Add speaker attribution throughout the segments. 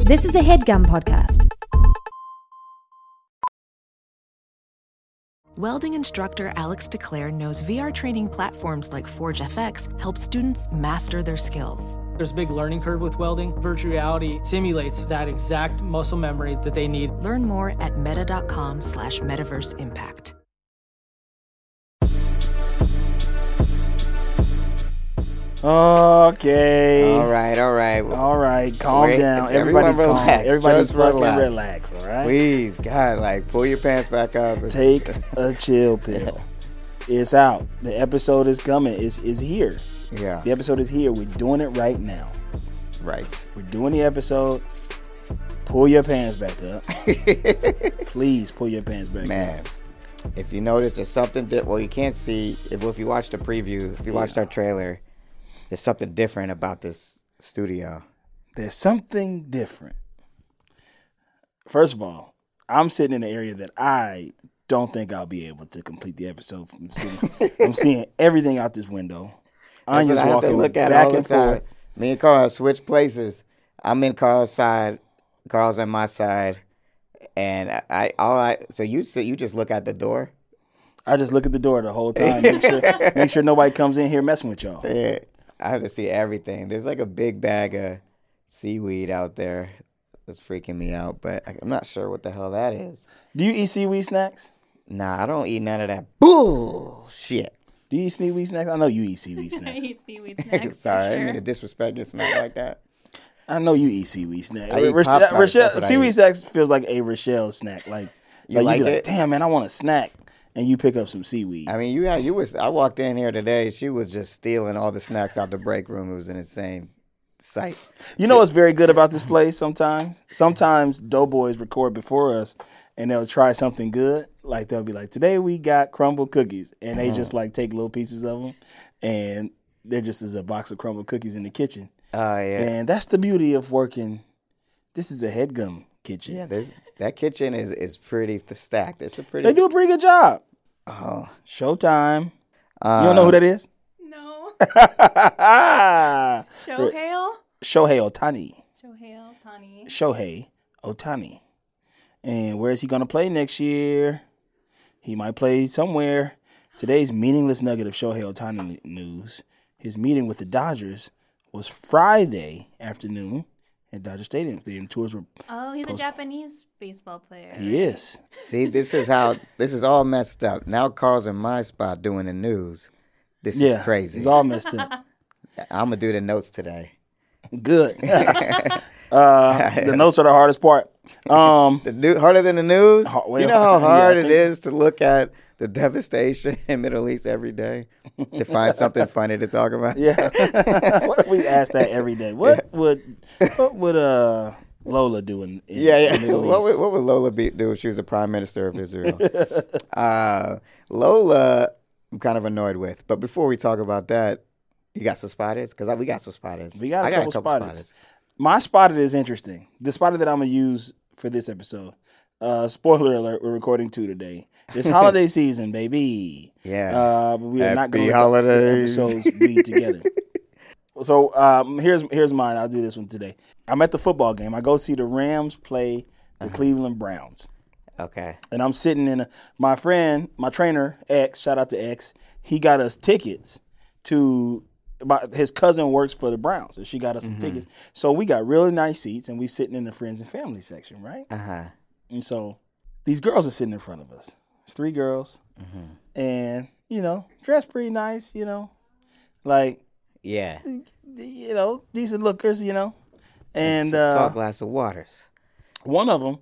Speaker 1: This is a headgum podcast.
Speaker 2: Welding instructor Alex DeClaire knows VR training platforms like Forge FX help students master their skills.
Speaker 3: There's a big learning curve with welding. Virtual reality simulates that exact muscle memory that they need.
Speaker 2: Learn more at meta.com slash metaverse impact.
Speaker 4: Okay.
Speaker 5: All right, all right.
Speaker 4: All right. Calm
Speaker 5: Wait,
Speaker 4: down.
Speaker 5: everyone
Speaker 4: Everybody calm.
Speaker 5: relax.
Speaker 4: Everybody
Speaker 5: Just
Speaker 4: fucking
Speaker 5: relax.
Speaker 4: relax. All right.
Speaker 5: Please, God, like pull your pants back up. and-
Speaker 4: Take a chill pill. It's out. The episode is coming. It's is here.
Speaker 5: Yeah.
Speaker 4: The episode is here. We're doing it right now.
Speaker 5: Right.
Speaker 4: We're doing the episode. Pull your pants back up. Please pull your pants back
Speaker 5: Man. If you notice there's something that well you can't see if well, if you watch the preview, if you watched our trailer, there's something different about this studio.
Speaker 4: up. There's something different. First of all, I'm sitting in an area that I don't think I'll be able to complete the episode. From sitting, I'm seeing everything out this window.
Speaker 5: That's
Speaker 4: Anya's
Speaker 5: what I have to
Speaker 4: walking
Speaker 5: look at
Speaker 4: back
Speaker 5: all the
Speaker 4: and forth.
Speaker 5: time. Me and Carl switch places. I'm in Carl's side. Carl's on my side. And I, I all I so you sit you just look out the door.
Speaker 4: I just look at the door the whole time, make sure make sure nobody comes in here messing with y'all.
Speaker 5: Yeah, I have to see everything. There's like a big bag of seaweed out there that's freaking me out, but I- I'm not sure what the hell that is.
Speaker 4: Do you eat seaweed snacks?
Speaker 5: Nah, I don't eat none of that bullshit.
Speaker 4: Do you eat seaweed snacks? I know you eat seaweed
Speaker 6: I
Speaker 4: snacks.
Speaker 6: eat seaweed snacks.
Speaker 5: Sorry, I
Speaker 6: for
Speaker 5: didn't mean
Speaker 6: sure.
Speaker 5: to disrespect you. It's not like that.
Speaker 4: I know you eat seaweed snacks.
Speaker 5: I eat
Speaker 4: Rochelle-
Speaker 5: Pop-Tarts, that's
Speaker 4: Rochelle-
Speaker 5: what I
Speaker 4: seaweed
Speaker 5: eat.
Speaker 4: snacks feels like a Rochelle snack. Like
Speaker 5: You
Speaker 4: like, you
Speaker 5: like
Speaker 4: be
Speaker 5: it?
Speaker 4: like, damn man, I want a snack, and you pick up some seaweed.
Speaker 5: I mean, you got you was. I walked in here today. She was just stealing all the snacks out the break room. It was an insane sight.
Speaker 4: You know what's very good about this place sometimes? Sometimes doughboys record before us and they'll try something good. Like they'll be like, today we got crumble cookies. And
Speaker 5: Uh-huh.
Speaker 4: they just like take little pieces of them and there just is a box of crumble cookies in the kitchen.
Speaker 5: Oh yeah,
Speaker 4: And that's the beauty of working. This is a headgum kitchen.
Speaker 5: yeah. There's that kitchen is is pretty stacked. It's a pretty.
Speaker 4: They do a pretty good job.
Speaker 5: Oh,
Speaker 4: Showtime. you don't know who that is?
Speaker 6: No.
Speaker 4: Right.
Speaker 6: Shohale?
Speaker 4: Shohei Otani.
Speaker 6: Shohale, Tani.
Speaker 4: Shohei Otani. And where is he going to play next year? He might play somewhere. Today's meaningless nugget of Shohei Otani news his meeting with the Dodgers was Friday afternoon at Dodger Stadium. The tours were.
Speaker 6: Oh, he's a Japanese baseball player.
Speaker 4: He is.
Speaker 5: See, this is how this is all messed up. Now Carl's in my spot doing the news. This
Speaker 4: yeah.
Speaker 5: is crazy.
Speaker 4: It's all messed up.
Speaker 5: I'm gonna do the notes today.
Speaker 4: Good. uh, the notes are the hardest part. Um,
Speaker 5: The new, harder than the news.
Speaker 4: Har-
Speaker 5: you
Speaker 4: well,
Speaker 5: know
Speaker 4: yeah, I
Speaker 5: how hard it
Speaker 4: think-
Speaker 5: is to look at the devastation in Middle East every day to find something funny to talk about.
Speaker 4: yeah. what if we ask that every day? What would what would uh, Lola do in, in
Speaker 5: Yeah, yeah.
Speaker 4: the Middle
Speaker 5: What
Speaker 4: East?
Speaker 5: would, what would Lola be, do if she was the prime minister of Israel? uh, Lola, I'm kind of annoyed with. But before we talk about that, you got some spotters? Because we got some spotters.
Speaker 4: We got a
Speaker 5: I
Speaker 4: couple spotters. My spotted is interesting. The spotted that I'm gonna use for this episode. Uh, spoiler alert: We're recording two today. It's holiday season, baby.
Speaker 5: Yeah.
Speaker 4: Uh, but we are not gonna
Speaker 5: Happy
Speaker 4: let the- the
Speaker 5: holidays.
Speaker 4: episodes be together. so um, here's here's mine. I'll do this one today. I'm at the football game. I go see the Rams play
Speaker 5: Uh-huh.
Speaker 4: the Cleveland Browns
Speaker 5: okay.
Speaker 4: and I'm sitting in a, my friend, my trainer X. Shout out to X. He got us tickets to. My, his cousin works for the Browns, and she got us some tickets. So we got really nice seats, and we sitting in the friends and family section, right?
Speaker 5: Uh huh.
Speaker 4: And so these girls are sitting in front of us. It's three girls, and you know, dressed pretty nice. You know, like
Speaker 5: Yeah.
Speaker 4: you know, decent lookers. You know, and
Speaker 5: Some tall
Speaker 4: uh,
Speaker 5: glass of waters.
Speaker 4: one of them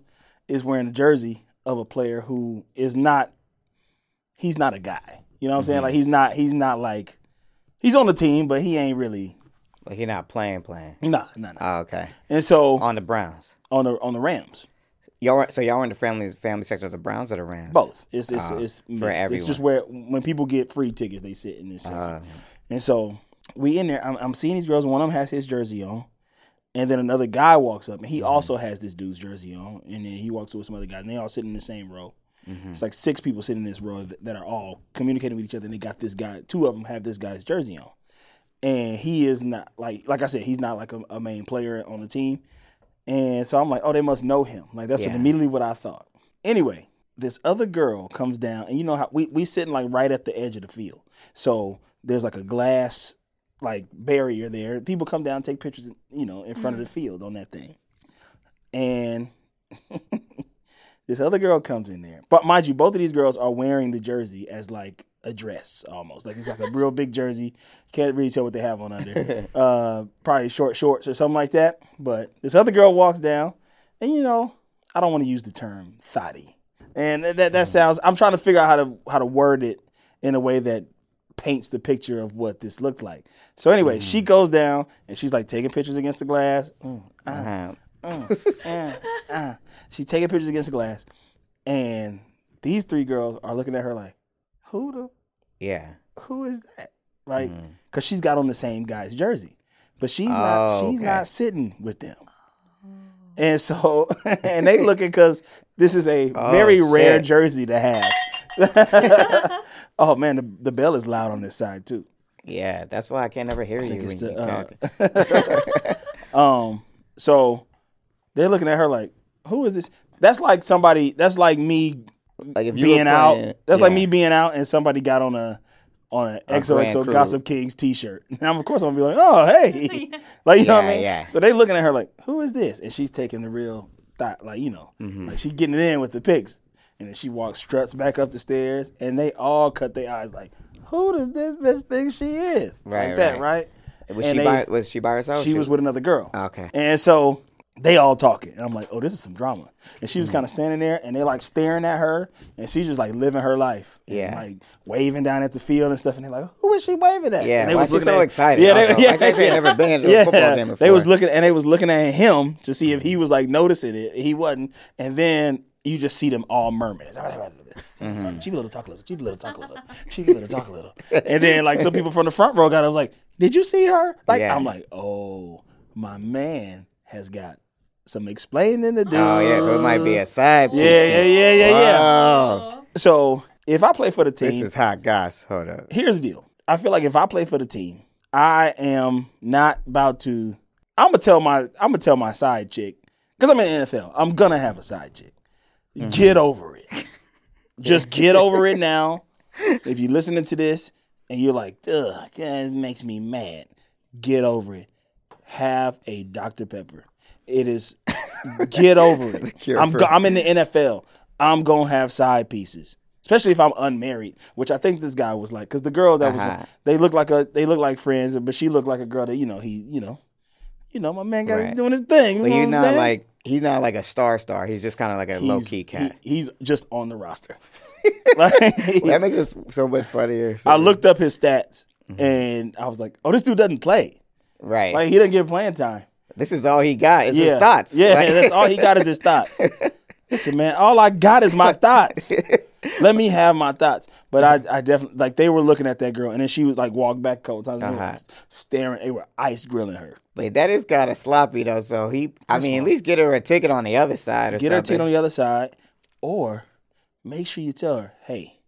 Speaker 4: is wearing a jersey of a player who is not. He's not a guy. You know what I'm saying? Like he's not. He's not like. He's on the team, but he ain't really.
Speaker 5: Like he not playing, playing.
Speaker 4: Nah, nah, nah.
Speaker 5: Oh, okay.
Speaker 4: And so
Speaker 5: On the Browns.
Speaker 4: on the on the Rams,
Speaker 5: Y'all, are- so y'all in the family family section of the Browns or the Rams?
Speaker 4: both. It's it's it's mixed. It's
Speaker 5: everyone.
Speaker 4: just where when people get free tickets, they sit in this. section. and so we in there. I'm, I'm seeing these girls. One of them has his jersey on. And then another guy walks up, and he also has this dude's jersey on. And then he walks up with some other guys, and they all sit in the same row. It's like six people sitting in this row th- that are all communicating with each other, and they got this guy. Two of them have this guy's jersey on, and he is not like like I said, he's not like a, a main player on the team. And so I'm like, oh, they must know him. Like that's what
Speaker 5: Yeah.
Speaker 4: immediately what I thought. Anyway, this other girl comes down, and you know how we we sitting like right at the edge of the field. So there's like a glass like barrier there. People come down, take pictures, you know, in front of the field on that thing. And this other girl comes in there. But mind you, both of these girls are wearing the jersey as like a dress almost. Like it's like a real big jersey. Can't really tell what they have on under. Uh, probably short shorts or something like that. But this other girl walks down, and you know, I don't want to use the term thotty. And that, that, that sounds I'm trying to figure out how to how to word it in a way that paints the picture of what this looked like. So anyway, she goes down and she's like taking pictures against the glass. Mm, ah,
Speaker 5: Uh-huh.
Speaker 4: uh, uh. She's taking pictures against the glass, and these three girls are looking at her like, "Who the
Speaker 5: Yeah.
Speaker 4: who is that?" Like,
Speaker 5: Mm.
Speaker 4: because she's got on the same guy's jersey, but she's not.
Speaker 5: Oh,
Speaker 4: She's
Speaker 5: okay.
Speaker 4: not sitting with them. And so, and they looking because this is a
Speaker 5: Oh,
Speaker 4: very rare
Speaker 5: shit.
Speaker 4: jersey to have. oh man, the, the bell is loud on this side too.
Speaker 5: Yeah. That's why I can't ever hear you
Speaker 4: think
Speaker 5: when
Speaker 4: it's
Speaker 5: you
Speaker 4: the, uh,
Speaker 5: talk.
Speaker 4: Um, so they're looking at her like, "Who is this?" That's like somebody. That's like me
Speaker 5: Like if you were
Speaker 4: being out.
Speaker 5: playing-
Speaker 4: That's like
Speaker 5: yeah.
Speaker 4: me being out and somebody got on a on an
Speaker 5: A Grand
Speaker 4: XOXO
Speaker 5: Cru.
Speaker 4: Gossip Kings T-shirt. And I'm, of course I'm gonna be like, oh hey, like you know what I
Speaker 5: Yeah,
Speaker 4: mean.
Speaker 5: yeah.
Speaker 4: So they looking at her like, who is this? And she's taking the real thought, like you know,
Speaker 5: Mm-hmm.
Speaker 4: like she getting it in with the pics. And then she walks struts back up the stairs, and they all cut their eyes like, who does this bitch think she is? like
Speaker 5: Right,
Speaker 4: that,
Speaker 5: right.
Speaker 4: right?
Speaker 5: Was
Speaker 4: and
Speaker 5: she
Speaker 4: they-
Speaker 5: by was she by herself?
Speaker 4: she was with another girl.
Speaker 5: Okay.
Speaker 4: And so they all talking. And I'm like, oh, this is some drama. And she was
Speaker 5: Hmm.
Speaker 4: kind of standing there and they like staring at her. And she's just like living her life. and,
Speaker 5: Yeah.
Speaker 4: Like waving down at the field and stuff. And they're like, who is she waving at?
Speaker 5: Yeah,
Speaker 4: And they
Speaker 5: why
Speaker 4: was
Speaker 5: she
Speaker 4: looking
Speaker 5: so
Speaker 4: at-
Speaker 5: excited
Speaker 4: Yeah, they,
Speaker 5: also?
Speaker 4: yeah,
Speaker 5: Like they ain't never been to a
Speaker 4: yeah.
Speaker 5: football game
Speaker 4: They was
Speaker 5: before.
Speaker 4: looking and they was looking at him to see if he was like noticing it. He wasn't. And then you just see them all murmuring.
Speaker 5: Mm-hmm.
Speaker 4: She be little talk a little. She be little talk a little. She be little talk a little. And then like some people from the front row got. I was like, did you see her? Like
Speaker 5: Yeah.
Speaker 4: I'm like, oh, my man has got some explaining to do.
Speaker 5: Oh yeah, so it might be a side piece.
Speaker 4: Yeah, yeah, yeah, yeah, yeah.
Speaker 5: Oh,
Speaker 4: So if I play for the team,
Speaker 5: this is hot goss. Hold up.
Speaker 4: here's the deal. I feel like if I play for the team, I am not about to. I'm gonna tell my I'm gonna tell my side chick because I'm in the NFL. I'm gonna have a side chick.
Speaker 5: Mm-hmm.
Speaker 4: Get over it. Just get over it now. If you're listening to this and you're like, ugh, it makes me mad. Get over it. Have a Dr Pepper. It is. Get over it.
Speaker 5: cure
Speaker 4: I'm
Speaker 5: for-
Speaker 4: go- I'm in the NFL. I'm gonna have side pieces, especially if I'm unmarried, which I think this guy was like, because the girl that
Speaker 5: Uh-huh.
Speaker 4: was they look like a they look like friends, but she looked like a girl that you know he you know, you know my man got
Speaker 5: Right.
Speaker 4: doing his thing.
Speaker 5: But
Speaker 4: you know
Speaker 5: he's
Speaker 4: what I'm
Speaker 5: not
Speaker 4: saying?
Speaker 5: like he's not like a star star. He's just kind of like a low key
Speaker 4: He's-
Speaker 5: cat.
Speaker 4: he- he's just on the roster. Like-
Speaker 5: that makes us so much funnier.
Speaker 4: I looked up his stats
Speaker 5: Mm-hmm.
Speaker 4: and I was like, oh, this dude doesn't play.
Speaker 5: right.
Speaker 4: Like he doesn't get playing time.
Speaker 5: this is all he got. It's
Speaker 4: yeah,
Speaker 5: his thoughts.
Speaker 4: Yeah,
Speaker 5: Like-
Speaker 4: that's all he got is his thoughts. Listen, man, all I got is my thoughts. Let me have my thoughts. But I, I definitely like they were looking at that girl, and then she was like walked back a couple times, and they were
Speaker 5: Uh-huh.
Speaker 4: staring. They were ice grilling her.
Speaker 5: But that is kind of sloppy though. So he, I mean, at least get her a ticket on the other side or
Speaker 4: Get her
Speaker 5: something.
Speaker 4: teeth on the other side, or make sure you tell her, hey,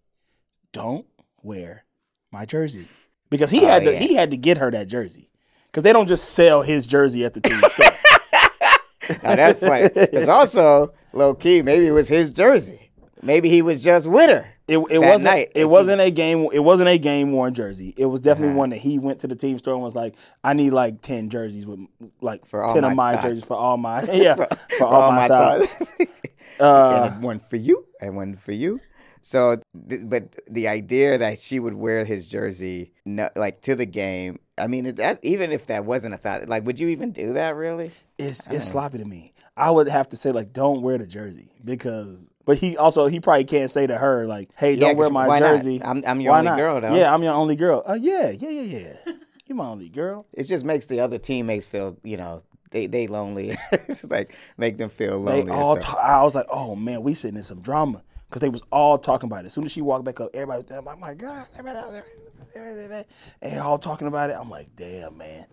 Speaker 4: don't wear my jersey because he
Speaker 5: Oh,
Speaker 4: had to
Speaker 5: yeah.
Speaker 4: he had to get her that jersey because they don't just sell his jersey at the team store.
Speaker 5: Now, that's funny. It's also low key. Maybe it was his jersey. Maybe he was just with her.
Speaker 4: It, it
Speaker 5: that
Speaker 4: wasn't
Speaker 5: night, if Uh-huh.
Speaker 4: it
Speaker 5: he-
Speaker 4: wasn't a game it wasn't a game worn jersey. It was definitely one that he went to the team store and was like, I need like ten jerseys with like
Speaker 5: For all
Speaker 4: ten
Speaker 5: my
Speaker 4: of my
Speaker 5: thoughts.
Speaker 4: jerseys for all my yeah for, all,
Speaker 5: all
Speaker 4: Oh, my,
Speaker 5: my
Speaker 4: thoughts.
Speaker 5: thoughts.
Speaker 4: Uh,
Speaker 5: and one for you and one for you. So, th- but the idea that she would wear his jersey no, like to the game. I mean, if that even if that wasn't a thought, like, would you even do that really?
Speaker 4: it's
Speaker 5: Uh-huh.
Speaker 4: it's sloppy to me. I would have to say like don't wear the jersey because but he also he probably can't say to her like hey
Speaker 5: Yeah,
Speaker 4: don't wear
Speaker 5: 'cause
Speaker 4: my
Speaker 5: why not?
Speaker 4: jersey.
Speaker 5: I'm- I'm your
Speaker 4: Why
Speaker 5: only
Speaker 4: not?
Speaker 5: girl, though.
Speaker 4: Yeah, I'm your only girl. Oh yeah yeah yeah yeah. You my only girl.
Speaker 5: It just makes the other teammates feel, you know, they they lonely. it's just like make them feel
Speaker 4: They
Speaker 5: lonely. or
Speaker 4: all.
Speaker 5: something.
Speaker 4: Ta- I was like, oh man, we sitting in some drama because they was all talking about it. As soon as she walked back up, everybody was there. I'm like, my God, everybody out there, everybody out there. and they all talking about it. I'm like, damn man,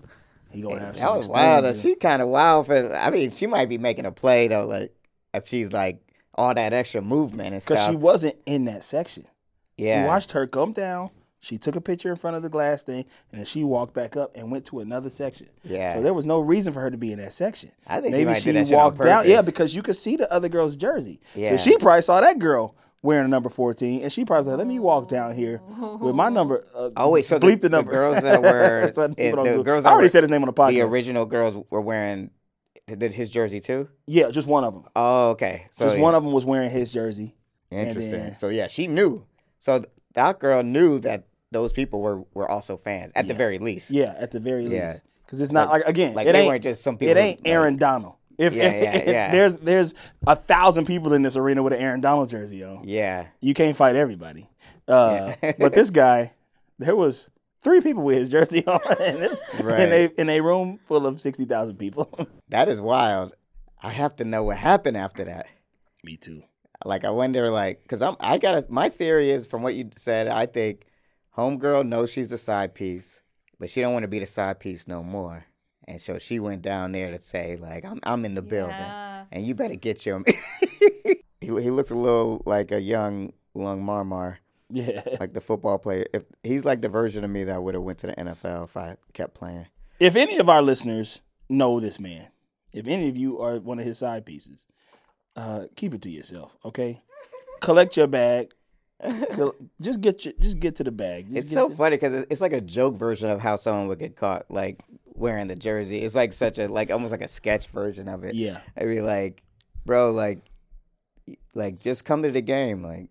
Speaker 4: he gonna have
Speaker 5: That
Speaker 4: some
Speaker 5: was wild. though.
Speaker 4: explaining to
Speaker 5: She kind of wild for. I mean, she might be making a play though. Like if she's like all that extra movement and
Speaker 4: because
Speaker 5: stuff.
Speaker 4: she wasn't in that section.
Speaker 5: yeah.
Speaker 4: You watched her come down, She took a picture in front of the glass thing, and then she walked back up and went to another section.
Speaker 5: Yeah.
Speaker 4: So there was no reason for her to be in that section.
Speaker 5: I think she
Speaker 4: maybe
Speaker 5: might
Speaker 4: she
Speaker 5: did that shit on
Speaker 4: walked down. Yeah,
Speaker 5: purpose.
Speaker 4: because you could see the other girl's jersey.
Speaker 5: Yeah.
Speaker 4: So she probably saw that girl wearing a number fourteen, and she probably said, "Let me walk down here with my number." Uh,
Speaker 5: Oh wait, so
Speaker 4: bleep
Speaker 5: the,
Speaker 4: the, number.
Speaker 5: girls that were
Speaker 4: So people
Speaker 5: it-
Speaker 4: don't
Speaker 5: the
Speaker 4: do it.
Speaker 5: girls
Speaker 4: I
Speaker 5: that
Speaker 4: already
Speaker 5: were-
Speaker 4: said his name on the podcast.
Speaker 5: the original girls were wearing did his jersey too.
Speaker 4: yeah, just one of them.
Speaker 5: Oh, okay. So
Speaker 4: just
Speaker 5: yeah.
Speaker 4: one of them was wearing his jersey. and
Speaker 5: Interesting.
Speaker 4: then-
Speaker 5: so yeah, she knew. So th- that girl knew that those people were were also fans at the
Speaker 4: Yeah.
Speaker 5: very least.
Speaker 4: Yeah, at the very
Speaker 5: Yeah.
Speaker 4: least. Because it's not like, again,
Speaker 5: Like
Speaker 4: it
Speaker 5: they
Speaker 4: ain't
Speaker 5: weren't just some people.
Speaker 4: it ain't
Speaker 5: like-
Speaker 4: Aaron Donald. If,
Speaker 5: Yeah, yeah,
Speaker 4: if
Speaker 5: yeah.
Speaker 4: there's there's a thousand people in this arena with an Aaron Donald jersey on,
Speaker 5: yeah.
Speaker 4: you can't fight everybody. Uh,
Speaker 5: Yeah.
Speaker 4: but this guy, there was three people with his jersey on in this
Speaker 5: Right.
Speaker 4: in a in a room full of sixty thousand people.
Speaker 5: That is wild. I have to know what happened after that.
Speaker 4: Me too.
Speaker 5: Like I wonder, like, cause I'm I gotta. My theory is from what you said. I think homegirl knows she's the side piece, but she don't want to be the side piece no more. And so she went down there to say, like, I'm I'm in the building,
Speaker 6: Yeah.
Speaker 5: and you better get your. he he looks a little like a young Lung Marmar,
Speaker 4: Yeah.
Speaker 5: like the football player. If he's like the version of me that would have went to the NFL if I kept playing.
Speaker 4: If any of our listeners know this man, if any of you are one of his side pieces, uh, keep it to yourself, okay? Collect your bag. Col- just get your, just get to the bag. Just
Speaker 5: It's
Speaker 4: get
Speaker 5: so
Speaker 4: to-
Speaker 5: funny because it's like a joke version of how someone would get caught, like wearing the jersey. It's like such a like almost like a sketch version of it.
Speaker 4: yeah.
Speaker 5: I'd be like, bro, like, like just come to the game, like.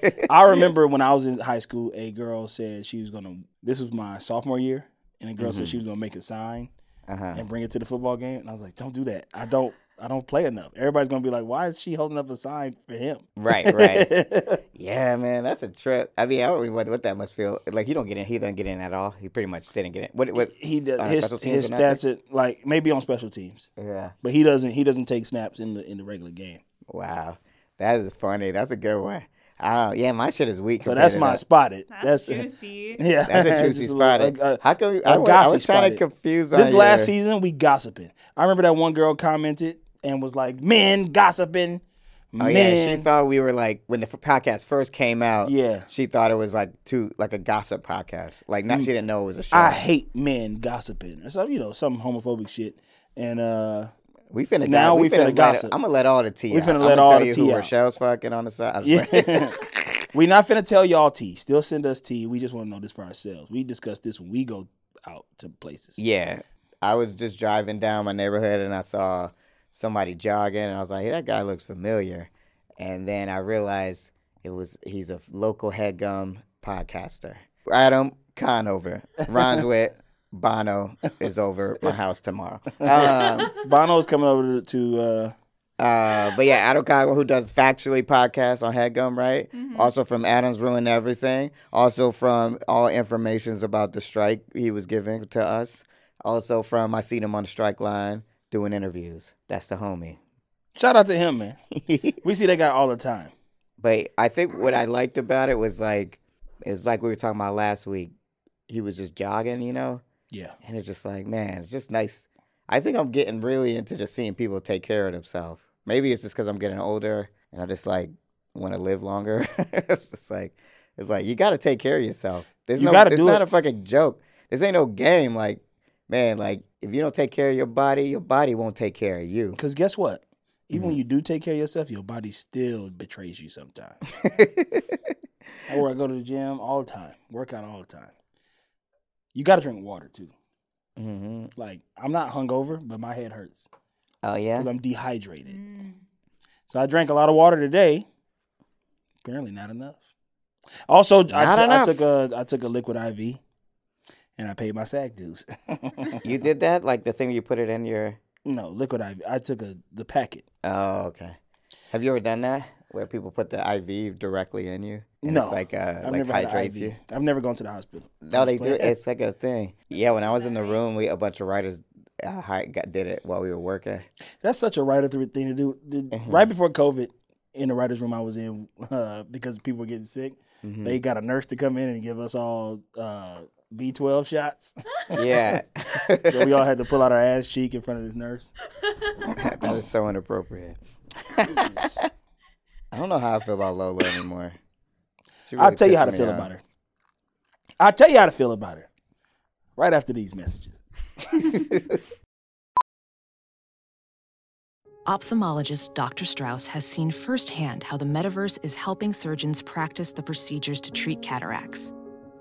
Speaker 4: I remember when I was in high school, a girl said she was gonna. This was my sophomore year, and a girl said
Speaker 5: Mm-hmm.
Speaker 4: she was gonna make a sign
Speaker 5: uh-huh.
Speaker 4: and bring it to the football game. And I was like, "Don't do that. I don't. I don't play enough. Everybody's gonna be like, why is she holding up a sign for him?"
Speaker 5: Right, right. yeah, man, that's a trip. I mean, I don't really what, what that must feel like. He don't get in. He doesn't get in at all. He pretty much didn't get in. What? What?
Speaker 4: he does
Speaker 5: on
Speaker 4: his
Speaker 5: special teams
Speaker 4: his
Speaker 5: or nothing?
Speaker 4: stats at like maybe on special teams,
Speaker 5: Yeah.
Speaker 4: but he doesn't. He doesn't take snaps in the in the regular game.
Speaker 5: Wow, that is funny. That's a good one. Oh, yeah, my shit is weak.
Speaker 4: So
Speaker 5: compared
Speaker 4: that's
Speaker 5: to
Speaker 4: my
Speaker 5: that.
Speaker 4: spotted.
Speaker 6: That's,
Speaker 4: That's,
Speaker 6: juicy.
Speaker 4: yeah.
Speaker 5: That's a
Speaker 4: Just
Speaker 5: juicy
Speaker 4: little-
Speaker 5: spot.
Speaker 4: uh,
Speaker 5: How come? You,
Speaker 4: a
Speaker 5: I, was- I
Speaker 4: gossip
Speaker 5: was trying to
Speaker 4: spotted.
Speaker 5: confuse.
Speaker 4: this
Speaker 5: on
Speaker 4: last
Speaker 5: your-
Speaker 4: season we gossiping. I remember that one girl commented and was like, "Men gossiping."
Speaker 5: Oh yeah,
Speaker 4: Men.
Speaker 5: she thought we were like when the f- podcast first came out.
Speaker 4: Yeah. Mm.
Speaker 5: she thought it was like too like a gossip podcast. Like not, she didn't know it was a show.
Speaker 4: I hate men gossiping or some, you know, some homophobic shit. And uh
Speaker 5: we finna
Speaker 4: now
Speaker 5: go-
Speaker 4: we finna gossip.
Speaker 5: I'm gonna let all the tea.
Speaker 4: We
Speaker 5: out.
Speaker 4: finna
Speaker 5: I'm
Speaker 4: let
Speaker 5: gonna
Speaker 4: all
Speaker 5: tell
Speaker 4: the
Speaker 5: you
Speaker 4: tea
Speaker 5: who
Speaker 4: out.
Speaker 5: Rochelle's fucking on the side. I'm just playing.
Speaker 4: yeah, we not finna tell y'all tea. Still send us tea. We just want to know this for ourselves. We discuss this when we go out to places.
Speaker 5: yeah, I was just driving down my neighborhood and I saw somebody jogging and I was like, hey, that guy looks familiar. And then I realized it was he's a local headgum podcaster. Adam Conover rhymes with Bono is over my house tomorrow. Um,
Speaker 4: Bono's coming over to, to uh
Speaker 5: Uh, but yeah, Adam Kyle, who does Factually podcast on Headgum, right? Also from Adams Ruin Everything. Also from all informations about the strike he was giving to us. Also from I seen him on the strike line doing interviews. That's the homie.
Speaker 4: shout out to him, man. we see that guy all the time.
Speaker 5: But I think what I liked about it was like, it's like we were talking about last week. He was just jogging, you know?
Speaker 4: Yeah.
Speaker 5: And it's just like, man, it's just nice. I think I'm getting really into just seeing people take care of themselves. Maybe it's just because I'm getting older and I just like want to live longer. it's just like, it's like you got to take care of yourself. There's
Speaker 4: You
Speaker 5: no,
Speaker 4: gotta
Speaker 5: it's
Speaker 4: do it.
Speaker 5: not a fucking joke. This ain't no game. Like, man, like if you don't take care of your body, your body won't take care of you.
Speaker 4: Because guess what? Even when you do take care of yourself, your body still betrays you sometimes. I where I go to the gym all the time, work out all the time. You got to drink water too.
Speaker 5: hmm
Speaker 4: Like I'm not hungover, but my head hurts
Speaker 5: Oh
Speaker 4: because
Speaker 5: yeah, Mm-hmm.
Speaker 4: I'm dehydrated.
Speaker 6: Mm.
Speaker 4: So I drank a lot of water today. Apparently, not enough. Also, I
Speaker 5: Not
Speaker 4: t- I
Speaker 5: enough.
Speaker 4: took a I took a liquid IV, and I paid my SAC dues.
Speaker 5: you did that. Like the thing where you put it in your.
Speaker 4: no liquid IV. I took a the packet.
Speaker 5: Oh okay. Have you ever done that where people put the IV directly in you? And
Speaker 4: No.
Speaker 5: it's like uh,
Speaker 4: I've
Speaker 5: like
Speaker 4: never had an
Speaker 5: hydrates
Speaker 4: IV.
Speaker 5: you.
Speaker 4: I've never gone to the hospital.
Speaker 5: No, they do.
Speaker 4: Explain.
Speaker 5: It's like a thing. Yeah, when I was in the room, we a bunch of writers uh, hi- got, did it while we were working.
Speaker 4: That's such a writer through thing to do. The-
Speaker 5: Mm-hmm.
Speaker 4: Right before COVID, in the writers' room I was in, uh, because people were getting sick,
Speaker 5: Mm-hmm.
Speaker 4: they got a nurse to come in and give us all uh, B twelve shots.
Speaker 5: Yeah,
Speaker 4: so we all had to pull out our ass cheek in front of this nurse.
Speaker 5: that is so inappropriate. I don't know how I feel about Lola anymore. She
Speaker 4: I'll
Speaker 5: really
Speaker 4: tell you
Speaker 5: pissed
Speaker 4: how to
Speaker 5: me
Speaker 4: feel
Speaker 5: off.
Speaker 4: about her. I'll tell you how to feel about her right after these messages.
Speaker 2: Ophthalmologist Dr. Strauss has seen firsthand how the metaverse is helping surgeons practice the procedures to treat cataracts.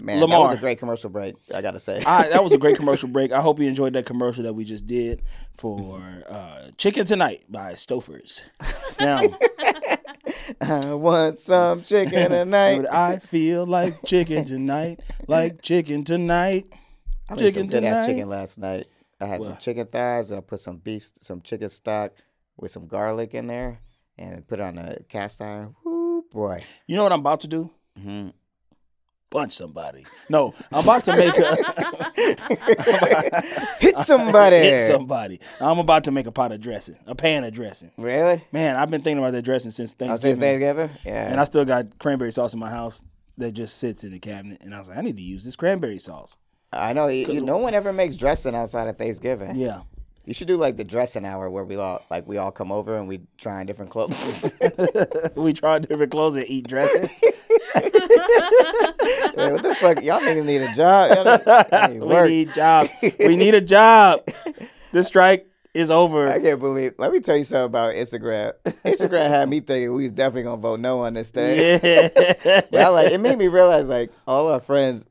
Speaker 5: Man, that
Speaker 4: Lamar.
Speaker 5: was a great commercial break. I gotta say.
Speaker 4: I, that was a great commercial break. I hope you enjoyed that commercial that we just did for uh, Chicken Tonight by Stofers. Now,
Speaker 5: I want some chicken tonight.
Speaker 4: but I feel like chicken tonight, like chicken tonight.
Speaker 5: I made
Speaker 4: Chicken
Speaker 5: some good ass
Speaker 4: tonight?
Speaker 5: chicken last night. I had some
Speaker 4: What?
Speaker 5: chicken thighs and I put some beef, some chicken stock with some garlic in there and put it on a cast iron. Woo boy.
Speaker 4: You know what I'm about to do?
Speaker 5: Mhm.
Speaker 4: Punch somebody. No, I'm about to make a
Speaker 5: Hit somebody.
Speaker 4: hit somebody. I'm about to make a pot of dressing, a pan of dressing.
Speaker 5: Really?
Speaker 4: Man, I've been thinking about that dressing since
Speaker 5: I was saying
Speaker 4: Thanksgiving.
Speaker 5: Thanksgiving? Yeah.
Speaker 4: And I still got cranberry sauce in my house that just sits in the cabinet. And I was like, I need to use this cranberry sauce.
Speaker 5: I, know you, you- no one ever makes dressing outside of Thanksgiving.
Speaker 4: Yeah.
Speaker 5: You should do like the dressing hour where we all like we all come over and we try on different clothes.
Speaker 4: we try different clothes and eat dressing.
Speaker 5: Like, what the fuck? Y'all niggas need a job. Y'all need, y'all need
Speaker 4: we
Speaker 5: work.
Speaker 4: need job. We need a job. The strike is over.
Speaker 5: I can't believe. Let me tell you something about Instagram. Instagram had me thinking we was definitely gonna vote no on this thing.
Speaker 4: Yeah.
Speaker 5: But I like it made me realize like all our friends,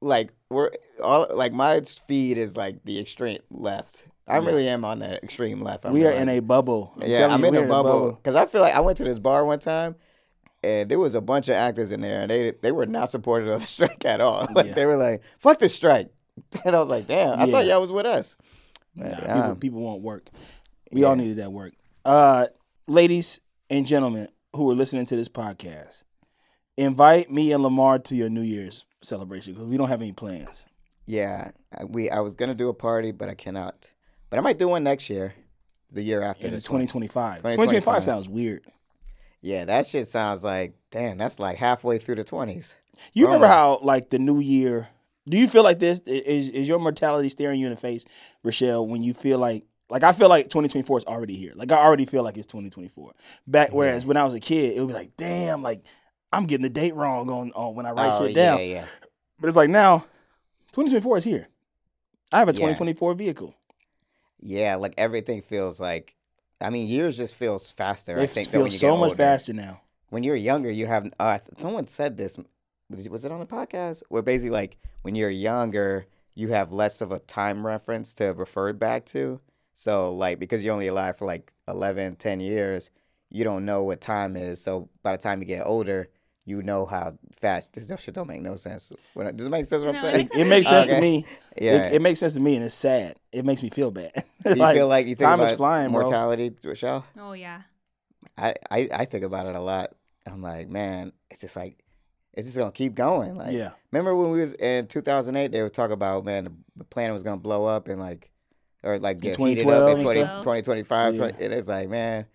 Speaker 5: like we're all like my feed is like the extreme left. I really am on that extreme left. I'm
Speaker 4: we are in
Speaker 5: realizing.
Speaker 4: a bubble.
Speaker 5: yeah,
Speaker 4: telling
Speaker 5: I'm
Speaker 4: you,
Speaker 5: in
Speaker 4: we're
Speaker 5: a bubble because I feel like I went to this bar one time. And there was a bunch of actors in there, and they they were not supportive of the strike at all. Like
Speaker 4: Yeah.
Speaker 5: they were like, "Fuck the strike," and I was like, "Damn, I thought
Speaker 4: Yeah.
Speaker 5: y'all was with us."
Speaker 4: Nah,
Speaker 5: But,
Speaker 4: people,
Speaker 5: um,
Speaker 4: people want work. We all needed that work. Uh, ladies and gentlemen who are listening to this podcast, invite me and Lamar to your New Year's celebration because we don't have any plans.
Speaker 5: Yeah, I- we. I was gonna do a party, but I cannot. But I might do one next year, the year after.
Speaker 4: And it's
Speaker 5: this one.
Speaker 4: 2025.
Speaker 5: 2025.
Speaker 4: 2025 sounds weird.
Speaker 5: Yeah, that shit sounds like damn. That's like halfway through the twenties.
Speaker 4: You remember
Speaker 5: Alright.
Speaker 4: how like the new year? Do you feel like this? I- Is is your mortality staring you in the face, Rochelle? When you feel like like I feel like 2024 is already here. Like I already feel like it's 2024. Back whereas when I was a kid, it would be like, damn, like I'm getting the date wrong on, on when I write
Speaker 5: oh
Speaker 4: shit
Speaker 5: yeah,
Speaker 4: down.
Speaker 5: yeah.
Speaker 4: But it's like now, 2024 is here. I have a
Speaker 5: Yeah.
Speaker 4: 2024 vehicle.
Speaker 5: Yeah, like everything feels like. I mean, years just feels faster. I
Speaker 4: It
Speaker 5: think that when
Speaker 4: feels
Speaker 5: you
Speaker 4: so
Speaker 5: get
Speaker 4: much
Speaker 5: older.
Speaker 4: faster now.
Speaker 5: When you're younger, you have. Uh, I th- someone said this. Was it- was it on the podcast? Where basically, like, when you're younger, you have less of a time reference to refer back to. So, like, because you're only alive for like 11, 10 years, you don't know what time is. So, by the time you get older, you know how fast this shit don't make no sense. What, I- does it make sense what I'm
Speaker 6: No, it
Speaker 5: saying?
Speaker 4: It makes sense
Speaker 5: Okay.
Speaker 4: to me.
Speaker 5: Yeah.
Speaker 4: It, it makes sense to me, and it's sad. It makes me feel bad.
Speaker 5: Do you feel like you think
Speaker 4: time
Speaker 5: about
Speaker 4: is flying, bro.
Speaker 5: mortality, Rochelle?
Speaker 6: Oh yeah.
Speaker 5: I, I I think about it a lot. I'm like, man, it's just like it's just gonna keep going. Like,
Speaker 4: Yeah.
Speaker 5: Remember when we was in 2008? They would talk about man, the, the planet was gonna blow up and like, or like get heated up
Speaker 4: 2012
Speaker 5: in
Speaker 4: and
Speaker 5: 20,
Speaker 6: stuff.
Speaker 5: 2025.
Speaker 4: Yeah.
Speaker 5: 20, and it's like, man,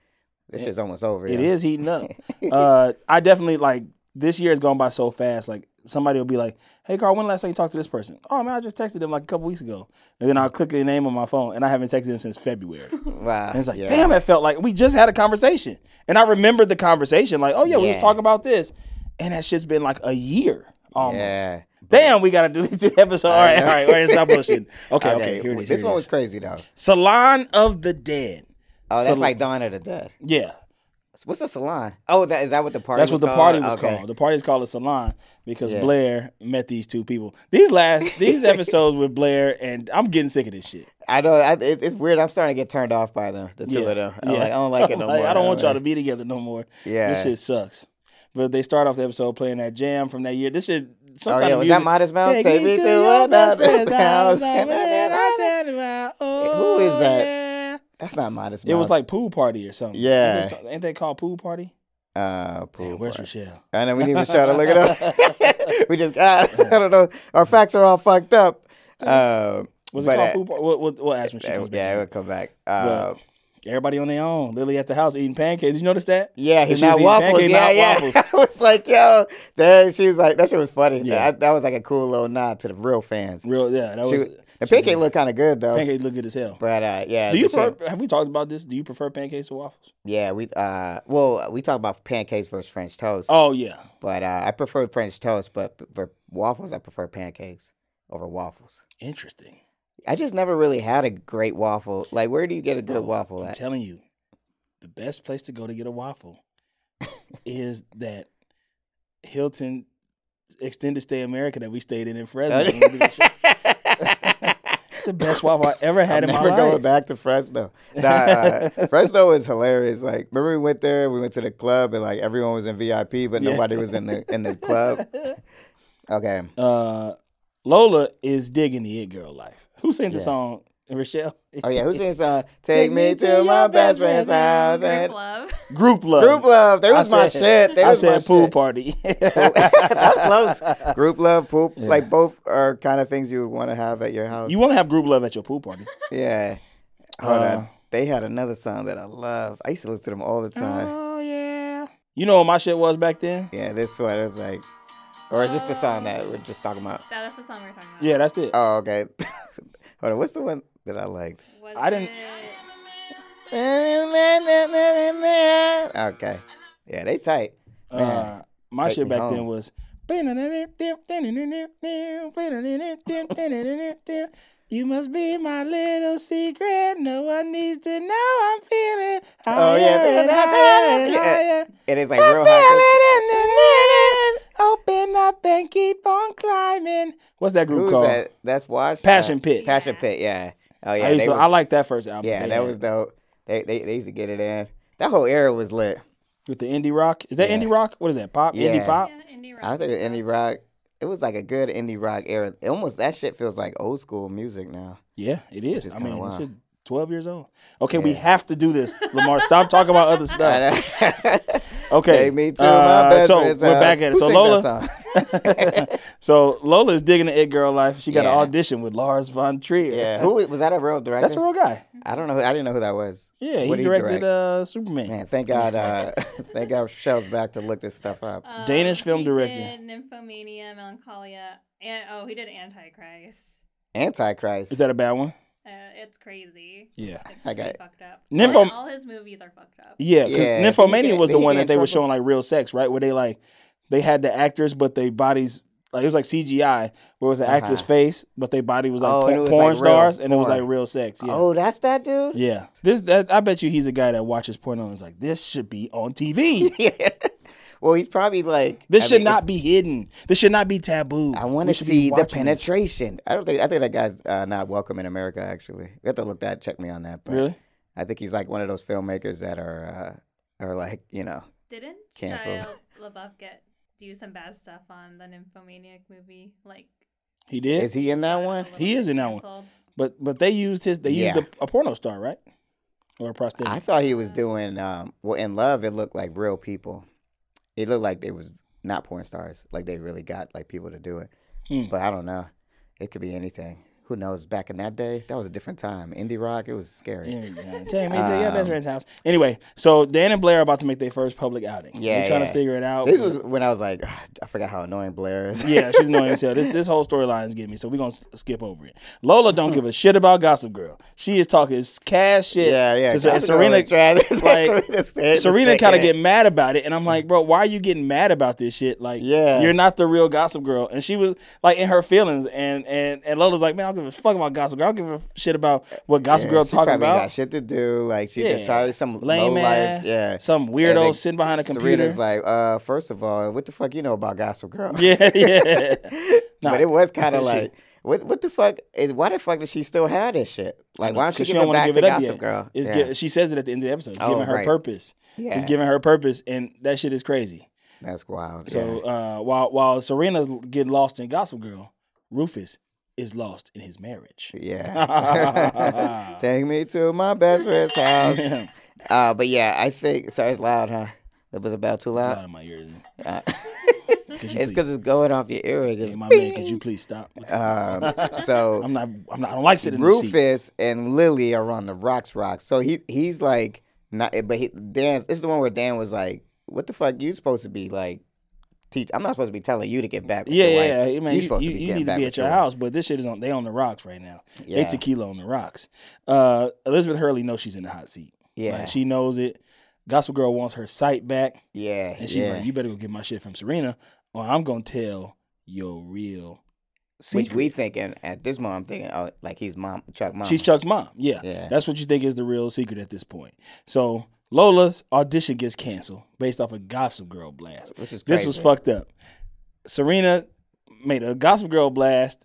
Speaker 5: this shit's almost over.
Speaker 4: It
Speaker 5: yo.
Speaker 4: is heating up. uh, I definitely like this year has gone by so fast. Like somebody will be like, "Hey, Carl, when last time you talked to this person?" Oh man, I just texted them like a couple weeks ago, and then I'll click the name on my phone, and I haven't texted them since February. and
Speaker 5: Wow.
Speaker 4: it's like,
Speaker 5: yeah.
Speaker 4: damn, it felt like we just had a conversation, and I remembered the conversation. Like, oh yeah, we was
Speaker 5: Yeah.
Speaker 4: talking about this, and that shit's been like a year almost.
Speaker 5: Yeah.
Speaker 4: Damn, we gotta do these two episodes. All right, all right, all right, stop bullshitting. Okay, okay, here it
Speaker 5: w-
Speaker 4: is.
Speaker 5: this
Speaker 4: here it
Speaker 5: one
Speaker 4: is.
Speaker 5: was crazy though.
Speaker 4: Salon of the Dead.
Speaker 5: Oh, that's
Speaker 4: Sal-
Speaker 5: like Dawn of the Dead.
Speaker 4: yeah.
Speaker 5: What's a salon? Oh, that is that what the party?
Speaker 4: That's what
Speaker 5: was
Speaker 4: the
Speaker 5: called?
Speaker 4: party was
Speaker 5: Okay.
Speaker 4: called. The party's called a salon because
Speaker 5: Yeah.
Speaker 4: Blair met these two people. These last these episodes with Blair and I'm getting sick of this shit.
Speaker 5: I know I, it, it's weird. I'm starting to get turned off by them, the two
Speaker 4: Yeah.
Speaker 5: of them. I'm
Speaker 4: Yeah.
Speaker 5: like, I don't like it no
Speaker 4: Like,
Speaker 5: more.
Speaker 4: I don't want y'all to
Speaker 5: Be-
Speaker 4: be together no more.
Speaker 5: Yeah.
Speaker 4: this shit sucks. But they start off the episode playing that jam from that year. This shit.
Speaker 5: oh
Speaker 4: sometimes
Speaker 5: yeah, was
Speaker 4: music-
Speaker 5: that Modest Mouse?
Speaker 4: Take me to your best friend's house. I'm in my
Speaker 5: That's
Speaker 4: daddy house.
Speaker 5: Who is
Speaker 4: Oh,
Speaker 5: that?
Speaker 4: yeah.
Speaker 5: not Modest Mouse.
Speaker 4: It was like pool party or something. Ain't
Speaker 5: Yeah.
Speaker 4: they- ain't they called pool party?
Speaker 5: uh,
Speaker 4: Man,
Speaker 5: pool.
Speaker 4: where's
Speaker 5: party.
Speaker 4: Rochelle?
Speaker 5: I know we need Michelle to look it up. we just got. I don't know. Our facts are all fucked up. Um,
Speaker 4: Was it
Speaker 5: But,
Speaker 4: called
Speaker 5: uh,
Speaker 4: food party? We'll, we'll, we'll ask when she
Speaker 5: Yeah,
Speaker 4: comes back.
Speaker 5: yeah, we'll come back. Uh,
Speaker 4: Everybody on their own. Lily at the house eating pancakes. Did you notice that?
Speaker 5: yeah,
Speaker 4: If
Speaker 5: he's
Speaker 4: she was
Speaker 5: not
Speaker 4: eating
Speaker 5: waffles.
Speaker 4: pancakes,
Speaker 5: Yeah,
Speaker 4: not
Speaker 5: yeah.
Speaker 4: waffles.
Speaker 5: I was like, yo, that, she was like, that shit was funny.
Speaker 4: Yeah.
Speaker 5: That, that was like a cool little nod to the real fans.
Speaker 4: Real, yeah, that
Speaker 5: She-
Speaker 4: was.
Speaker 5: the pancake looked kind of good though.
Speaker 4: Pancakes look good as hell.
Speaker 5: But uh, yeah,
Speaker 4: Do you
Speaker 5: the shit-
Speaker 4: prefer, have we talked about this? Do you prefer pancakes or waffles?
Speaker 5: Yeah, we uh, well, we talk about pancakes versus French toast.
Speaker 4: Oh yeah,
Speaker 5: But uh, I prefer French toast, but p- for waffles, I prefer pancakes over waffles.
Speaker 4: interesting.
Speaker 5: I just never really had a great waffle. Like, where do you get a good
Speaker 4: Bro,
Speaker 5: waffle
Speaker 4: I'm
Speaker 5: at?
Speaker 4: telling you, the best place to go to get a waffle is that Hilton extended stay America that we stayed in in Fresno. when we did the show. It's the best waffle I ever had
Speaker 5: I'm
Speaker 4: in
Speaker 5: never
Speaker 4: my
Speaker 5: going
Speaker 4: life.
Speaker 5: back to Fresno. Nah, uh, Fresno is hilarious. Like, remember we went there, we went to the club, and like everyone was in VIP, but
Speaker 4: Yeah.
Speaker 5: nobody was in the in the club. Okay,
Speaker 4: Uh, Lola is digging the it girl life. Who sang the
Speaker 5: Yeah.
Speaker 4: song? Rochelle.
Speaker 5: oh yeah, who sings uh, "Take Me to My Best Friend's House"?
Speaker 6: Group
Speaker 5: And
Speaker 6: love.
Speaker 4: Group love.
Speaker 5: Group love. That
Speaker 4: I
Speaker 5: was my
Speaker 4: said-
Speaker 5: shit. That
Speaker 4: I
Speaker 5: was my
Speaker 4: said pool
Speaker 5: shit.
Speaker 4: party.
Speaker 5: That's close. Group love, poop, like both are kind of things you would want to have at your house.
Speaker 4: you want to have group love at your pool party?
Speaker 5: yeah. Hold
Speaker 4: Uh,
Speaker 5: on. They had another song that I love. I used to listen to them all the time.
Speaker 4: Oh yeah. You know what my shit was back then?
Speaker 5: Yeah, this one is like, or is this the song that we're just talking about?
Speaker 6: That- That's the song we're talking about.
Speaker 4: Yeah, that's it.
Speaker 5: Oh, okay. Hold on. What's the one that I liked?
Speaker 6: Was
Speaker 4: I didn't-
Speaker 6: it-
Speaker 5: Oh. Okay. Yeah, they tight. Man.
Speaker 4: Uh, my
Speaker 5: Take
Speaker 4: shit
Speaker 5: me
Speaker 4: back
Speaker 5: home.
Speaker 4: then was. You must be my little secret. No one needs to know I'm feeling.
Speaker 5: Oh, yeah.
Speaker 4: higher and higher and
Speaker 5: Yeah.
Speaker 4: higher.
Speaker 5: It is like
Speaker 4: I
Speaker 5: real high.
Speaker 4: feel it in the minute. Open up and keep on climbing. What's that group
Speaker 5: Who's
Speaker 4: called?
Speaker 5: that? That's Wash. Uh,
Speaker 4: Passion Pit.
Speaker 5: Passion Pit. Yeah. Oh yeah.
Speaker 4: I, used
Speaker 5: they
Speaker 4: to,
Speaker 5: was-
Speaker 4: I like that first album.
Speaker 5: Yeah,
Speaker 4: they
Speaker 5: that
Speaker 4: had
Speaker 5: was dope. They, they they used to get it in. That whole era was lit.
Speaker 4: with the indie rock. Is that
Speaker 5: Yeah.
Speaker 4: indie rock? What is that? Pop? Indie
Speaker 5: Yeah.
Speaker 4: pop?
Speaker 6: Yeah, indie rock.
Speaker 5: I think indie rock. It was like a good indie rock era. It almost that shit feels like old school music now.
Speaker 4: Yeah, it is.
Speaker 5: is
Speaker 4: I
Speaker 5: kinda
Speaker 4: mean, this
Speaker 5: wild.
Speaker 4: shit 12 years old. Okay, we
Speaker 5: Yeah.
Speaker 4: have to do this. Lamar, stop talking about other stuff. Okay.
Speaker 5: Take me to
Speaker 4: uh,
Speaker 5: my best
Speaker 4: So
Speaker 5: friend's
Speaker 4: we're
Speaker 5: house.
Speaker 4: back at it.
Speaker 5: Who
Speaker 4: So
Speaker 5: sings that
Speaker 4: Lola,
Speaker 5: song?
Speaker 4: so Lola is digging the it girl life. She got an
Speaker 5: Yeah.
Speaker 4: audition with Lars von Trier.
Speaker 5: yeah, who was that? A real director?
Speaker 4: That's a real guy.
Speaker 5: I don't know. Who, I didn't know who that was.
Speaker 4: Yeah, he
Speaker 5: What did
Speaker 4: directed
Speaker 5: direct?
Speaker 4: uh, Superman.
Speaker 5: Man, thank God. Uh, thank God, Shell's back to look this stuff up.
Speaker 6: Um,
Speaker 4: Danish film
Speaker 6: he
Speaker 4: director.
Speaker 6: Did Nymphomania, Melancholia, and oh, he did Antichrist.
Speaker 5: Antichrist.
Speaker 4: Is that a bad one?
Speaker 6: Uh, it's crazy.
Speaker 4: Yeah.
Speaker 6: It's
Speaker 5: I got
Speaker 6: pretty
Speaker 5: it.
Speaker 6: fucked up.
Speaker 4: Nympho-
Speaker 6: All- all his movies are fucked up.
Speaker 4: Yeah, 'cause
Speaker 5: Yeah, he
Speaker 4: Nymphomania
Speaker 5: get-
Speaker 4: was the
Speaker 5: did he
Speaker 4: one
Speaker 5: get
Speaker 4: that
Speaker 5: in
Speaker 4: they were
Speaker 5: trouble?
Speaker 4: showing like real sex, right? Where they like they had the actors, but they bodies like it was like CGI, where it was an actor's
Speaker 5: Uh-huh.
Speaker 4: face, but they body was like
Speaker 5: Oh,
Speaker 4: por- porn,
Speaker 5: and it was, like, real
Speaker 4: stars, and it was
Speaker 5: porn.
Speaker 4: like real sex. Yeah.
Speaker 5: Oh, that's that dude.
Speaker 4: Yeah, this that I bet you he's a guy that watches porn and is like, this should be on TV.
Speaker 5: Yeah. well, he's probably like.
Speaker 4: This
Speaker 5: I
Speaker 4: should
Speaker 5: mean,
Speaker 4: not be hidden. This should not be taboo.
Speaker 5: I want
Speaker 4: We
Speaker 5: to
Speaker 4: should be
Speaker 5: see the
Speaker 4: watching this."
Speaker 5: penetration. I don't think I think that guy's uh, not welcome in America. Actually, we have to look that. Check me on that. But
Speaker 4: Really?
Speaker 5: I think he's like one of those filmmakers that are uh, are like you know.
Speaker 6: Didn't
Speaker 5: Canceled.
Speaker 6: Shia LaBeouf get do some bad stuff on the Nymphomaniac movie? Like
Speaker 4: He did.
Speaker 5: Is he in that one?
Speaker 6: a
Speaker 4: He
Speaker 6: little
Speaker 4: is
Speaker 6: bit
Speaker 4: in that one.
Speaker 6: canceled?
Speaker 4: but but they used his. They
Speaker 5: Yeah.
Speaker 4: used a, a porno star, right? Or a prostitute.
Speaker 5: I thought he was doing um, well in love. It looked like real people. It looked like it was not porn stars. Like they really got like people to do it.
Speaker 4: Hmm.
Speaker 5: But I don't know. It could be anything. Who knows? Back in that day, that was a different time. Indie rock, it was scary.
Speaker 4: Yeah, yeah. Take me to your
Speaker 5: Um,
Speaker 4: best friend's house. Anyway, so Dan and Blair are about to make their first public outing.
Speaker 5: Yeah,
Speaker 4: they're trying to
Speaker 5: yeah.
Speaker 4: figure it out.
Speaker 5: This was when I was like, I forgot how annoying Blair is.
Speaker 4: yeah, she's annoying as hell. This this whole storyline is getting me, so we're gonna s- skip over it. Lola don't give a shit about Gossip Girl. She is talking cash shit.
Speaker 5: Yeah, yeah.
Speaker 4: to Ser- and
Speaker 5: Gossip Girl
Speaker 4: Serena
Speaker 5: is trash.
Speaker 4: like
Speaker 5: Serena's head is
Speaker 4: Serena
Speaker 5: stuck
Speaker 4: kind
Speaker 5: in
Speaker 4: of
Speaker 5: it.
Speaker 4: get mad about it, and I'm like, bro, why are you getting mad about this shit? Like,
Speaker 5: Mm. Yeah.
Speaker 4: you're not the real Gossip Girl. And she was like in her feelings, and and and Lola's like, man, I don't give a fuck about Gossip Girl. I don't give a shit about what Gossip
Speaker 5: Yeah,
Speaker 4: Girl
Speaker 5: she
Speaker 4: talking
Speaker 5: probably
Speaker 4: about.
Speaker 5: got shit to do. Like she
Speaker 4: Yeah.
Speaker 5: just probably some
Speaker 4: Lame
Speaker 5: low
Speaker 4: ass,
Speaker 5: life. Yeah,
Speaker 4: some
Speaker 5: And
Speaker 4: weirdo
Speaker 5: then
Speaker 4: sitting behind a
Speaker 5: Serena's
Speaker 4: computer.
Speaker 5: like, uh, first of all, what the fuck you know about Gossip Girl?
Speaker 4: Yeah, yeah. Nah,
Speaker 5: but it was kind of
Speaker 4: she-
Speaker 5: like, what what the fuck is why the fuck does she still have this shit? Like why don't she
Speaker 4: Because she
Speaker 5: give
Speaker 4: don't
Speaker 5: it
Speaker 4: want to
Speaker 5: back
Speaker 4: give
Speaker 5: to
Speaker 4: it up
Speaker 5: Gossip
Speaker 4: yet.
Speaker 5: Girl?
Speaker 4: It's
Speaker 5: Yeah.
Speaker 4: gi- she says it at the end of the episode. It's
Speaker 5: Oh,
Speaker 4: giving her
Speaker 5: right.
Speaker 4: purpose. It's
Speaker 5: Yeah.
Speaker 4: giving her purpose, and that shit is crazy.
Speaker 5: That's wild.
Speaker 4: So
Speaker 5: yeah.
Speaker 4: uh, while while Serena's getting lost in Gossip Girl, Rufus is lost in his marriage. uh,
Speaker 5: yeah. Take me to my best friend's house. uh, but yeah, I think sorry, it's loud, huh? That was about too
Speaker 4: Out
Speaker 5: loud.
Speaker 4: of my ears.
Speaker 5: Uh,
Speaker 4: Could you
Speaker 5: It's
Speaker 4: please-
Speaker 5: because it's going off your earring.
Speaker 4: Hey,
Speaker 5: It's
Speaker 4: my man, could you please stop?
Speaker 5: Um, so
Speaker 4: I'm not. I'm not. I don't like sitting in the seat.
Speaker 5: Rufus and Lily are on the rocks, rocks. So he he's like not, but he, Dan's. This is the one where Dan was like, "What the fuck? You supposed to be like teach? I'm not supposed to be telling you to get back." With
Speaker 4: Yeah,
Speaker 5: your
Speaker 4: yeah,
Speaker 5: wife.
Speaker 4: yeah. I mean,
Speaker 5: you
Speaker 4: you,
Speaker 5: supposed
Speaker 4: you-
Speaker 5: to be
Speaker 4: you
Speaker 5: getting
Speaker 4: need
Speaker 5: back
Speaker 4: to be
Speaker 5: with
Speaker 4: at your
Speaker 5: wife.
Speaker 4: house, but this shit is on. They on the rocks right now. They
Speaker 5: Yeah.
Speaker 4: tequila on the rocks. Uh, Elizabeth Hurley knows she's in the hot seat.
Speaker 5: Yeah,
Speaker 4: Like, she knows it. Gospel Girl wants her sight back,
Speaker 5: yeah,
Speaker 4: and she's
Speaker 5: yeah.
Speaker 4: like, "You better go get my shit from Serena, or I'm gonna tell your real secret."
Speaker 5: Which we thinking at this moment, I'm thinking, oh, like he's mom, Chuck mom.
Speaker 4: She's Chuck's mom. Yeah.
Speaker 5: Yeah.
Speaker 4: That's what you think is the real secret at this point. So Lola's audition gets canceled based off a Gossip Girl blast.
Speaker 5: Which is
Speaker 4: This was
Speaker 5: crazy.
Speaker 4: fucked up. Serena made a Gossip Girl blast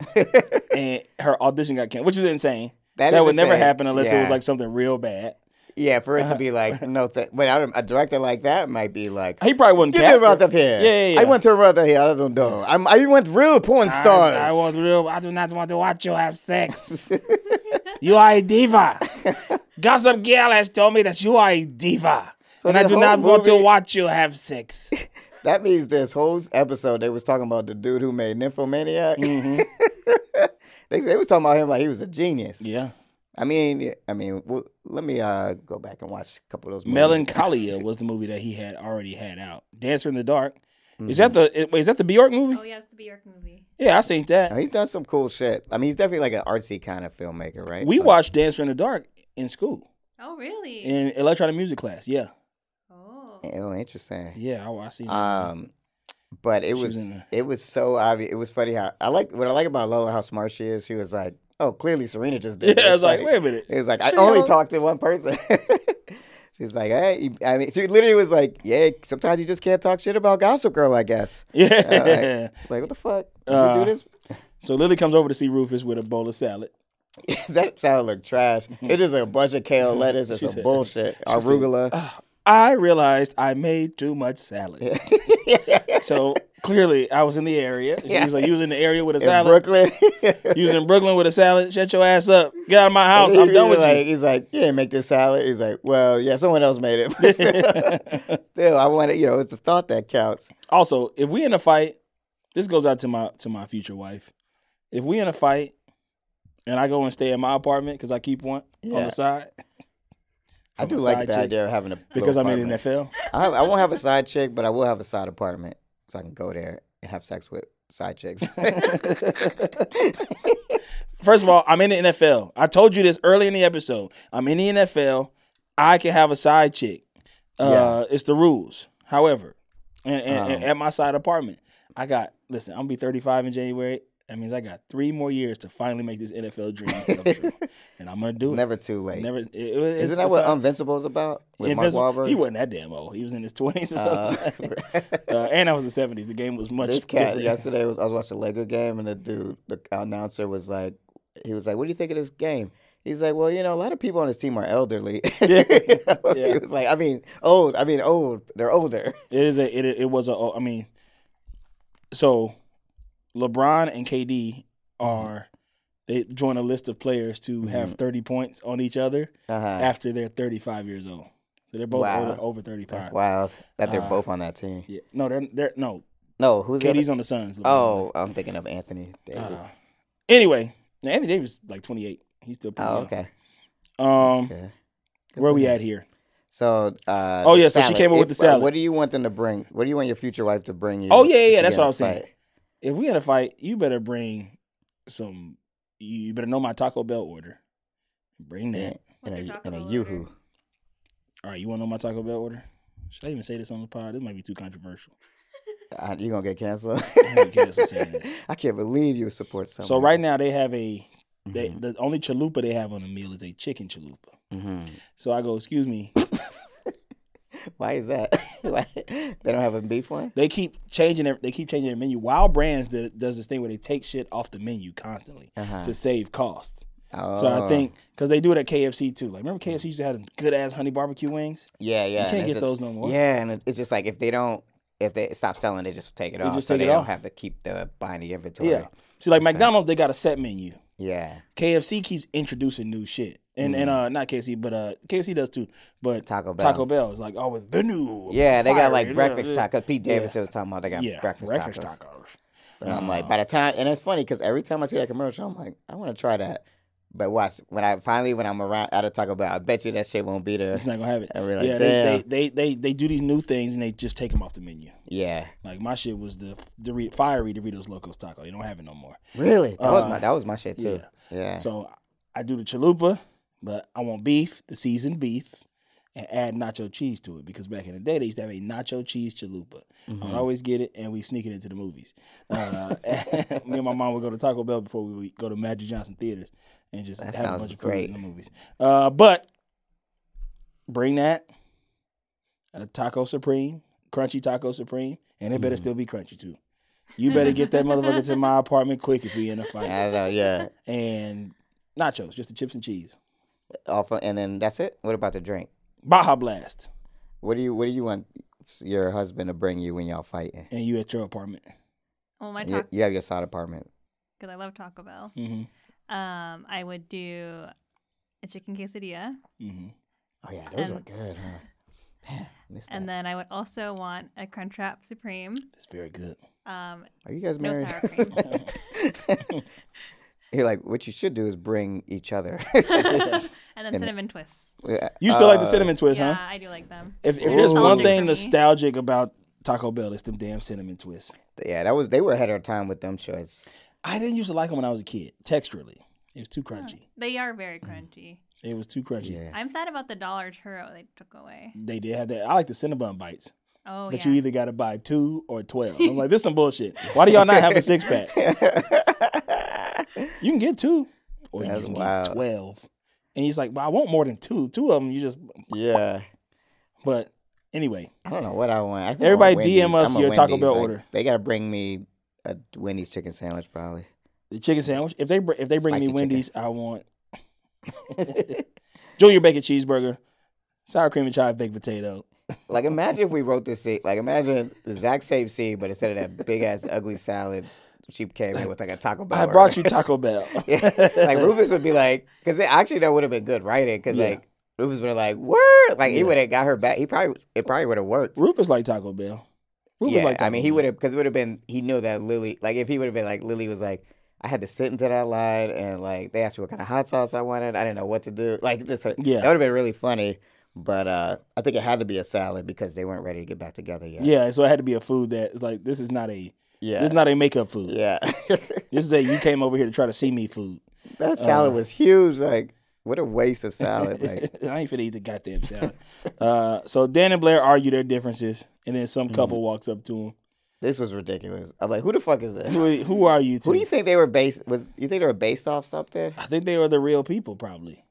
Speaker 4: and her audition got canceled, which is insane. That,
Speaker 5: is
Speaker 4: would never
Speaker 5: insane.
Speaker 4: happen unless it was
Speaker 5: Yeah.
Speaker 4: like something real bad.
Speaker 5: yeah, for it to be like no, th- without a director like that might be like.
Speaker 4: He probably wouldn't
Speaker 5: Get
Speaker 4: cast
Speaker 5: him out
Speaker 4: her.
Speaker 5: of here.
Speaker 4: Yeah, yeah, yeah.
Speaker 5: I want her out of here. I don't know. I'm, I want real porn stars.
Speaker 4: I, I want real. I do not want to watch you have sex. you are a diva. Gossip Girl has told me that you are a diva,
Speaker 5: So
Speaker 4: and I
Speaker 5: the
Speaker 4: do not
Speaker 5: whole
Speaker 4: want to
Speaker 5: movie-
Speaker 4: watch you have sex.
Speaker 5: That means this whole episode they was talking about the dude who made Nymphomaniac.
Speaker 4: Mm-hmm.
Speaker 5: they, they was talking about him like he was a genius.
Speaker 4: yeah.
Speaker 5: I mean, I mean, well, let me uh, go back and watch a couple of those. movies.
Speaker 4: Melancholia was the movie that he had already had out. Dancer in the Dark. Is
Speaker 5: Mm-hmm.
Speaker 4: that the wait, is that the Bjork movie?
Speaker 6: Oh yeah, it's the Bjork movie.
Speaker 4: Yeah, I seen
Speaker 5: Now,
Speaker 4: that.
Speaker 5: he's done some cool shit. I mean, he's definitely like an artsy kind of filmmaker, right?
Speaker 4: We
Speaker 5: Like,
Speaker 4: watched Dancer in the Dark in school
Speaker 6: Oh really?
Speaker 4: in electronic music class. Yeah,
Speaker 6: oh.
Speaker 5: Oh, interesting.
Speaker 4: yeah, I, I seen that.
Speaker 5: Um, but it
Speaker 4: She was
Speaker 5: was
Speaker 4: in there.
Speaker 5: it was so obvious. It was funny how I like what I like about Lola how smart she is. She was like, oh, clearly Serena just did.
Speaker 4: yeah,
Speaker 5: this."
Speaker 4: I was like, wait a minute.
Speaker 5: It was like, I
Speaker 4: She
Speaker 5: only
Speaker 4: don't-
Speaker 5: talked to one person. She's like, hey, I mean, she literally was like, yeah, sometimes you just can't talk shit about Gossip Girl, I guess.
Speaker 4: Yeah.
Speaker 5: Like, what the fuck? Did
Speaker 4: Uh,
Speaker 5: you do
Speaker 4: So Lily comes over to see Rufus with a bowl of salad.
Speaker 5: this? that sound like trash. It's just a bunch of kale lettuce and
Speaker 4: She
Speaker 5: some
Speaker 4: said- "Uh,
Speaker 5: bullshit. Arugula.
Speaker 4: I realized I made too much salad. so clearly, I was in the area. She was like, "You was in the area with a
Speaker 5: in
Speaker 4: salad.
Speaker 5: Brooklyn.
Speaker 4: You was in Brooklyn with a salad. Shut your ass up. Get out of my house. I'm
Speaker 5: He
Speaker 4: done
Speaker 5: was
Speaker 4: with
Speaker 5: like,
Speaker 4: you."
Speaker 5: He's like, you didn't make this salad. He's like, well, yeah, someone else made it. But still, still, I want to, you know, it's a thought that counts.
Speaker 4: Also, if we in a fight, this goes out to my to my future wife. If we in a fight, and I go and stay in my apartment because I keep one on
Speaker 5: Yeah.
Speaker 4: the side
Speaker 5: I
Speaker 4: From
Speaker 5: do
Speaker 4: a
Speaker 5: like
Speaker 4: side
Speaker 5: the
Speaker 4: chick.
Speaker 5: idea of having a little
Speaker 4: because I'm in NFL.
Speaker 5: apartment. I, have- I won't have a side chick, but I will have a side apartment, so I can go there and have sex with side chicks.
Speaker 4: First of all, I'm in the NFL. I told you this early in the episode. I'm in the NFL. I can have a side chick. Uh, It's the rules. However, and, and, and
Speaker 5: Um.
Speaker 4: at my side apartment, I got listen. I'm gonna be 35 in January. That means I got three more years to finally make this NFL dream come true, and I'm gonna do it.
Speaker 5: Never too late.
Speaker 4: never. It, it-
Speaker 5: Isn't
Speaker 4: it's-
Speaker 5: that
Speaker 4: it's
Speaker 5: what
Speaker 4: a-
Speaker 5: Invincible is about with Mark
Speaker 4: Invincible-
Speaker 5: Wahlberg?
Speaker 4: He wasn't that damn old. He was in his 20s or
Speaker 5: Uh,
Speaker 4: something. Uh, and that was the 70s. The game was much.
Speaker 5: this cat
Speaker 4: different.
Speaker 5: yesterday was I was watching a Laker game and the dude, the announcer was like, he was like, "What do you think of this game?" He's like, "Well, you know, a lot of people on his team are elderly." he
Speaker 4: Yeah.
Speaker 5: was like, "I mean, old. I mean, old. They're older."
Speaker 4: It is a it it was a oh, I mean so LeBron and KD are they join a list of players to
Speaker 5: Mm-hmm.
Speaker 4: have 30 points on each other
Speaker 5: Uh-huh.
Speaker 4: after they're 35 years old. So they're both
Speaker 5: Wow.
Speaker 4: over, over 35.
Speaker 5: That's wild that they're
Speaker 4: Uh,
Speaker 5: both on that team.
Speaker 4: Yeah. No, they're they're no.
Speaker 5: No, who's the other-
Speaker 4: KD's on the Suns. LeBron.
Speaker 5: Oh, I'm thinking of Anthony. Davis.
Speaker 4: Uh, anyway, now Anthony Davis is like 28. He's still pretty
Speaker 5: oh,
Speaker 4: young.
Speaker 5: okay.
Speaker 4: Um
Speaker 5: okay.
Speaker 4: where we at here?
Speaker 5: So, uh,
Speaker 4: Oh,
Speaker 5: the
Speaker 4: yeah, so she
Speaker 5: salad.
Speaker 4: came up with
Speaker 5: If-
Speaker 4: the salad.
Speaker 5: uh, what do you want them to bring? What do you want your future wife to bring you?
Speaker 4: Oh, yeah, yeah,
Speaker 5: if
Speaker 4: yeah,
Speaker 5: you
Speaker 4: that's
Speaker 5: get in
Speaker 4: what I
Speaker 5: a
Speaker 4: was saying.
Speaker 5: fight?
Speaker 4: If we in a fight, you better bring some you you better know my Taco Bell order. Bring that.
Speaker 5: Yeah,
Speaker 6: What's
Speaker 5: in
Speaker 6: your
Speaker 5: a,
Speaker 6: Taco
Speaker 5: in a
Speaker 6: Bell
Speaker 5: yoo-hoo.
Speaker 6: order?
Speaker 4: All right, you want to know my Taco Bell order? Should I even say this on the pod? This might be too controversial.
Speaker 5: Uh, you gonna get canceled?
Speaker 4: gonna get us a salad.
Speaker 5: I can't believe you support someone. Mm-hmm,
Speaker 4: So right now they have a they, the only chalupa they have on the meal is a chicken chalupa.
Speaker 5: hmm
Speaker 4: So I go, excuse me.
Speaker 5: why is that? Why- they don't have a beef one.
Speaker 4: They keep changing their they keep changing their menu. Wild Brands do, does this thing where they take shit off the menu constantly
Speaker 5: Uh-huh.
Speaker 4: to save cost.
Speaker 5: Oh,
Speaker 4: So I think because they do it at KFC too. Like remember KFC used to have them good ass honey barbecue wings.
Speaker 5: yeah, yeah. and
Speaker 4: can't
Speaker 5: it's
Speaker 4: get
Speaker 5: just-
Speaker 4: those no more.
Speaker 5: Yeah, and it- it's just like if they don't, if they stop selling, they just take it
Speaker 4: They
Speaker 5: off.
Speaker 4: just
Speaker 5: so
Speaker 4: take
Speaker 5: they
Speaker 4: it
Speaker 5: don't
Speaker 4: off.
Speaker 5: have to keep the buying the inventory.
Speaker 4: Yeah. See, like McDonald's, they got a set menu.
Speaker 5: Yeah.
Speaker 4: KFC keeps introducing new shit. And
Speaker 5: Mm.
Speaker 4: and uh not KFC, but uh KFC does too. But
Speaker 5: Taco Bell.
Speaker 4: Taco Bell is like always the new.
Speaker 5: Yeah, they got
Speaker 4: fire,
Speaker 5: like
Speaker 4: blah,
Speaker 5: breakfast
Speaker 4: blah.
Speaker 5: tacos. Pete
Speaker 4: Yeah.
Speaker 5: Davidson was talking about they got
Speaker 4: Yeah,
Speaker 5: breakfast,
Speaker 4: breakfast
Speaker 5: tacos.
Speaker 4: tacos.
Speaker 5: And I'm like, by the time, and it's funny because every time I see that commercial, I'm like, I want to try that. But watch, when I finally, when I'm around out of Taco Bell, I bet you that shit won't be there.
Speaker 4: It's not gonna have it.
Speaker 5: And we're like,
Speaker 4: yeah, they,
Speaker 5: damn.
Speaker 4: they, they they they do these new things and they just take them off the menu.
Speaker 5: Yeah.
Speaker 4: Like my shit was the Dor- fiery Doritos Locos Taco. They don't have it no more.
Speaker 5: Really? That, was
Speaker 4: Uh,
Speaker 5: my, that was my shit too. Yeah.
Speaker 4: So I do the chalupa, but I want beef, the seasoned beef, and add nacho cheese to it because back in the day they used to have a nacho cheese chalupa. I
Speaker 5: Mm. Mm-hmm.
Speaker 4: would always get it, and we sneak it into the movies. Uh, me and my mom would go to Taco Bell before we would go to Magic Johnson theaters and just
Speaker 5: That
Speaker 4: have a
Speaker 5: sounds
Speaker 4: bunch of
Speaker 5: great.
Speaker 4: food in the movies. Uh, but bring that a taco supreme, crunchy taco supreme, and it better
Speaker 5: Mm.
Speaker 4: still be crunchy too. You better get that motherfucker to my apartment quick if we in a fight
Speaker 5: I don't know. Yeah.
Speaker 4: and nachos, just the chips and cheese.
Speaker 5: Off, and then that's it. What about the drink?
Speaker 4: Baja Blast,
Speaker 5: What do you What do you want your husband to bring you when y'all fighting?
Speaker 4: and you at your apartment.
Speaker 6: Well, Oh, my
Speaker 5: You,
Speaker 6: taco
Speaker 5: you have your side apartment.
Speaker 6: because I love Taco Bell.
Speaker 4: Mm-hmm.
Speaker 6: Um, I would do a chicken quesadilla,
Speaker 4: Mm-hmm.
Speaker 5: Oh yeah, those
Speaker 6: And-
Speaker 5: were good, huh? Missed
Speaker 6: and
Speaker 5: that.
Speaker 6: then I would also want a Crunchwrap Supreme.
Speaker 4: That's very good.
Speaker 6: Um,
Speaker 5: Are you guys
Speaker 6: no
Speaker 5: married?
Speaker 6: sour cream.
Speaker 5: You're like, what you should do is bring each other.
Speaker 6: and then cinnamon twists.
Speaker 4: You still
Speaker 5: Uh,
Speaker 4: like the cinnamon twist,
Speaker 6: Uh, yeah,
Speaker 4: huh?
Speaker 6: I do like them.
Speaker 4: If, if there's one
Speaker 6: Nostalgic
Speaker 4: thing
Speaker 6: for me.
Speaker 4: nostalgic about Taco Bell, it's them damn cinnamon twists.
Speaker 5: Yeah, that was they were ahead of their time with them shorts.
Speaker 4: I didn't used to like them when I was a kid. Texturally, it was too crunchy.
Speaker 6: They are very crunchy.
Speaker 4: It was too crunchy.
Speaker 5: Yeah.
Speaker 6: I'm sad about the dollar churro they took away.
Speaker 4: They did have that. I like the Cinnabon bites,
Speaker 6: Oh
Speaker 4: but
Speaker 6: yeah.
Speaker 4: you either got to buy two or twelve. I'm like, this some bullshit. Why do y'all not have a six pack? You can get two, or
Speaker 5: That's
Speaker 4: you can
Speaker 5: wild.
Speaker 4: get twelve. And he's like, "Well, I want more than two. Two of them, you just."
Speaker 5: yeah.
Speaker 4: But anyway,
Speaker 5: I don't know what I want. I think I
Speaker 4: Everybody
Speaker 5: want
Speaker 4: DM
Speaker 5: Wendy's.
Speaker 4: us
Speaker 5: I'm a
Speaker 4: your Taco
Speaker 5: Wendy's.
Speaker 4: Bell
Speaker 5: Like,
Speaker 4: order.
Speaker 5: They gotta bring me a Wendy's chicken sandwich, probably.
Speaker 4: the chicken sandwich. If they br- if they bring
Speaker 5: Spicy
Speaker 4: me
Speaker 5: chicken.
Speaker 4: Wendy's, I want junior bacon cheeseburger, sour cream and chive baked potato.
Speaker 5: like imagine if we wrote this seed. Like imagine the exact same seed, but instead of that big ass ugly salad, she came in with like a Taco Bell.
Speaker 4: I
Speaker 5: order.
Speaker 4: brought you Taco Bell.
Speaker 5: Yeah. like Rufus would be like, because actually that would have been good writing. Because
Speaker 4: Yeah.
Speaker 5: like Rufus would have like, word, like he
Speaker 4: Yeah.
Speaker 5: would have got her back. He probably it probably would have worked.
Speaker 4: Rufus like Taco Bell. Rufus
Speaker 5: yeah,
Speaker 4: like Taco
Speaker 5: I mean he
Speaker 4: Bell.
Speaker 5: would have because it would have been he knew that Lily like if he would have been like Lily was like I had to sit into that line and like they asked me what kind of hot sauce I wanted. I didn't know what to do. Like just her,
Speaker 4: Yeah.
Speaker 5: that would have been really funny. But uh, I think it had to be a salad because they weren't ready to get back together yet.
Speaker 4: Yeah, so it had to be a food that is like this is not a
Speaker 5: yeah,
Speaker 4: this is not a makeup food.
Speaker 5: yeah.
Speaker 4: This is a you came over here to try to see me food.
Speaker 5: that
Speaker 4: Uh.
Speaker 5: salad was huge. Like what a waste of salad. Like
Speaker 4: I ain't finna eat the goddamn salad. uh, so Dan and Blair argue their differences, and then some
Speaker 5: Mm-hmm.
Speaker 4: couple walks up to
Speaker 5: this was ridiculous. I'm like, who the fuck is this?
Speaker 4: him. Who, who are you? Two?
Speaker 5: Who do you think they were based? Was you think they were based off something?
Speaker 4: I think they were the real people, probably.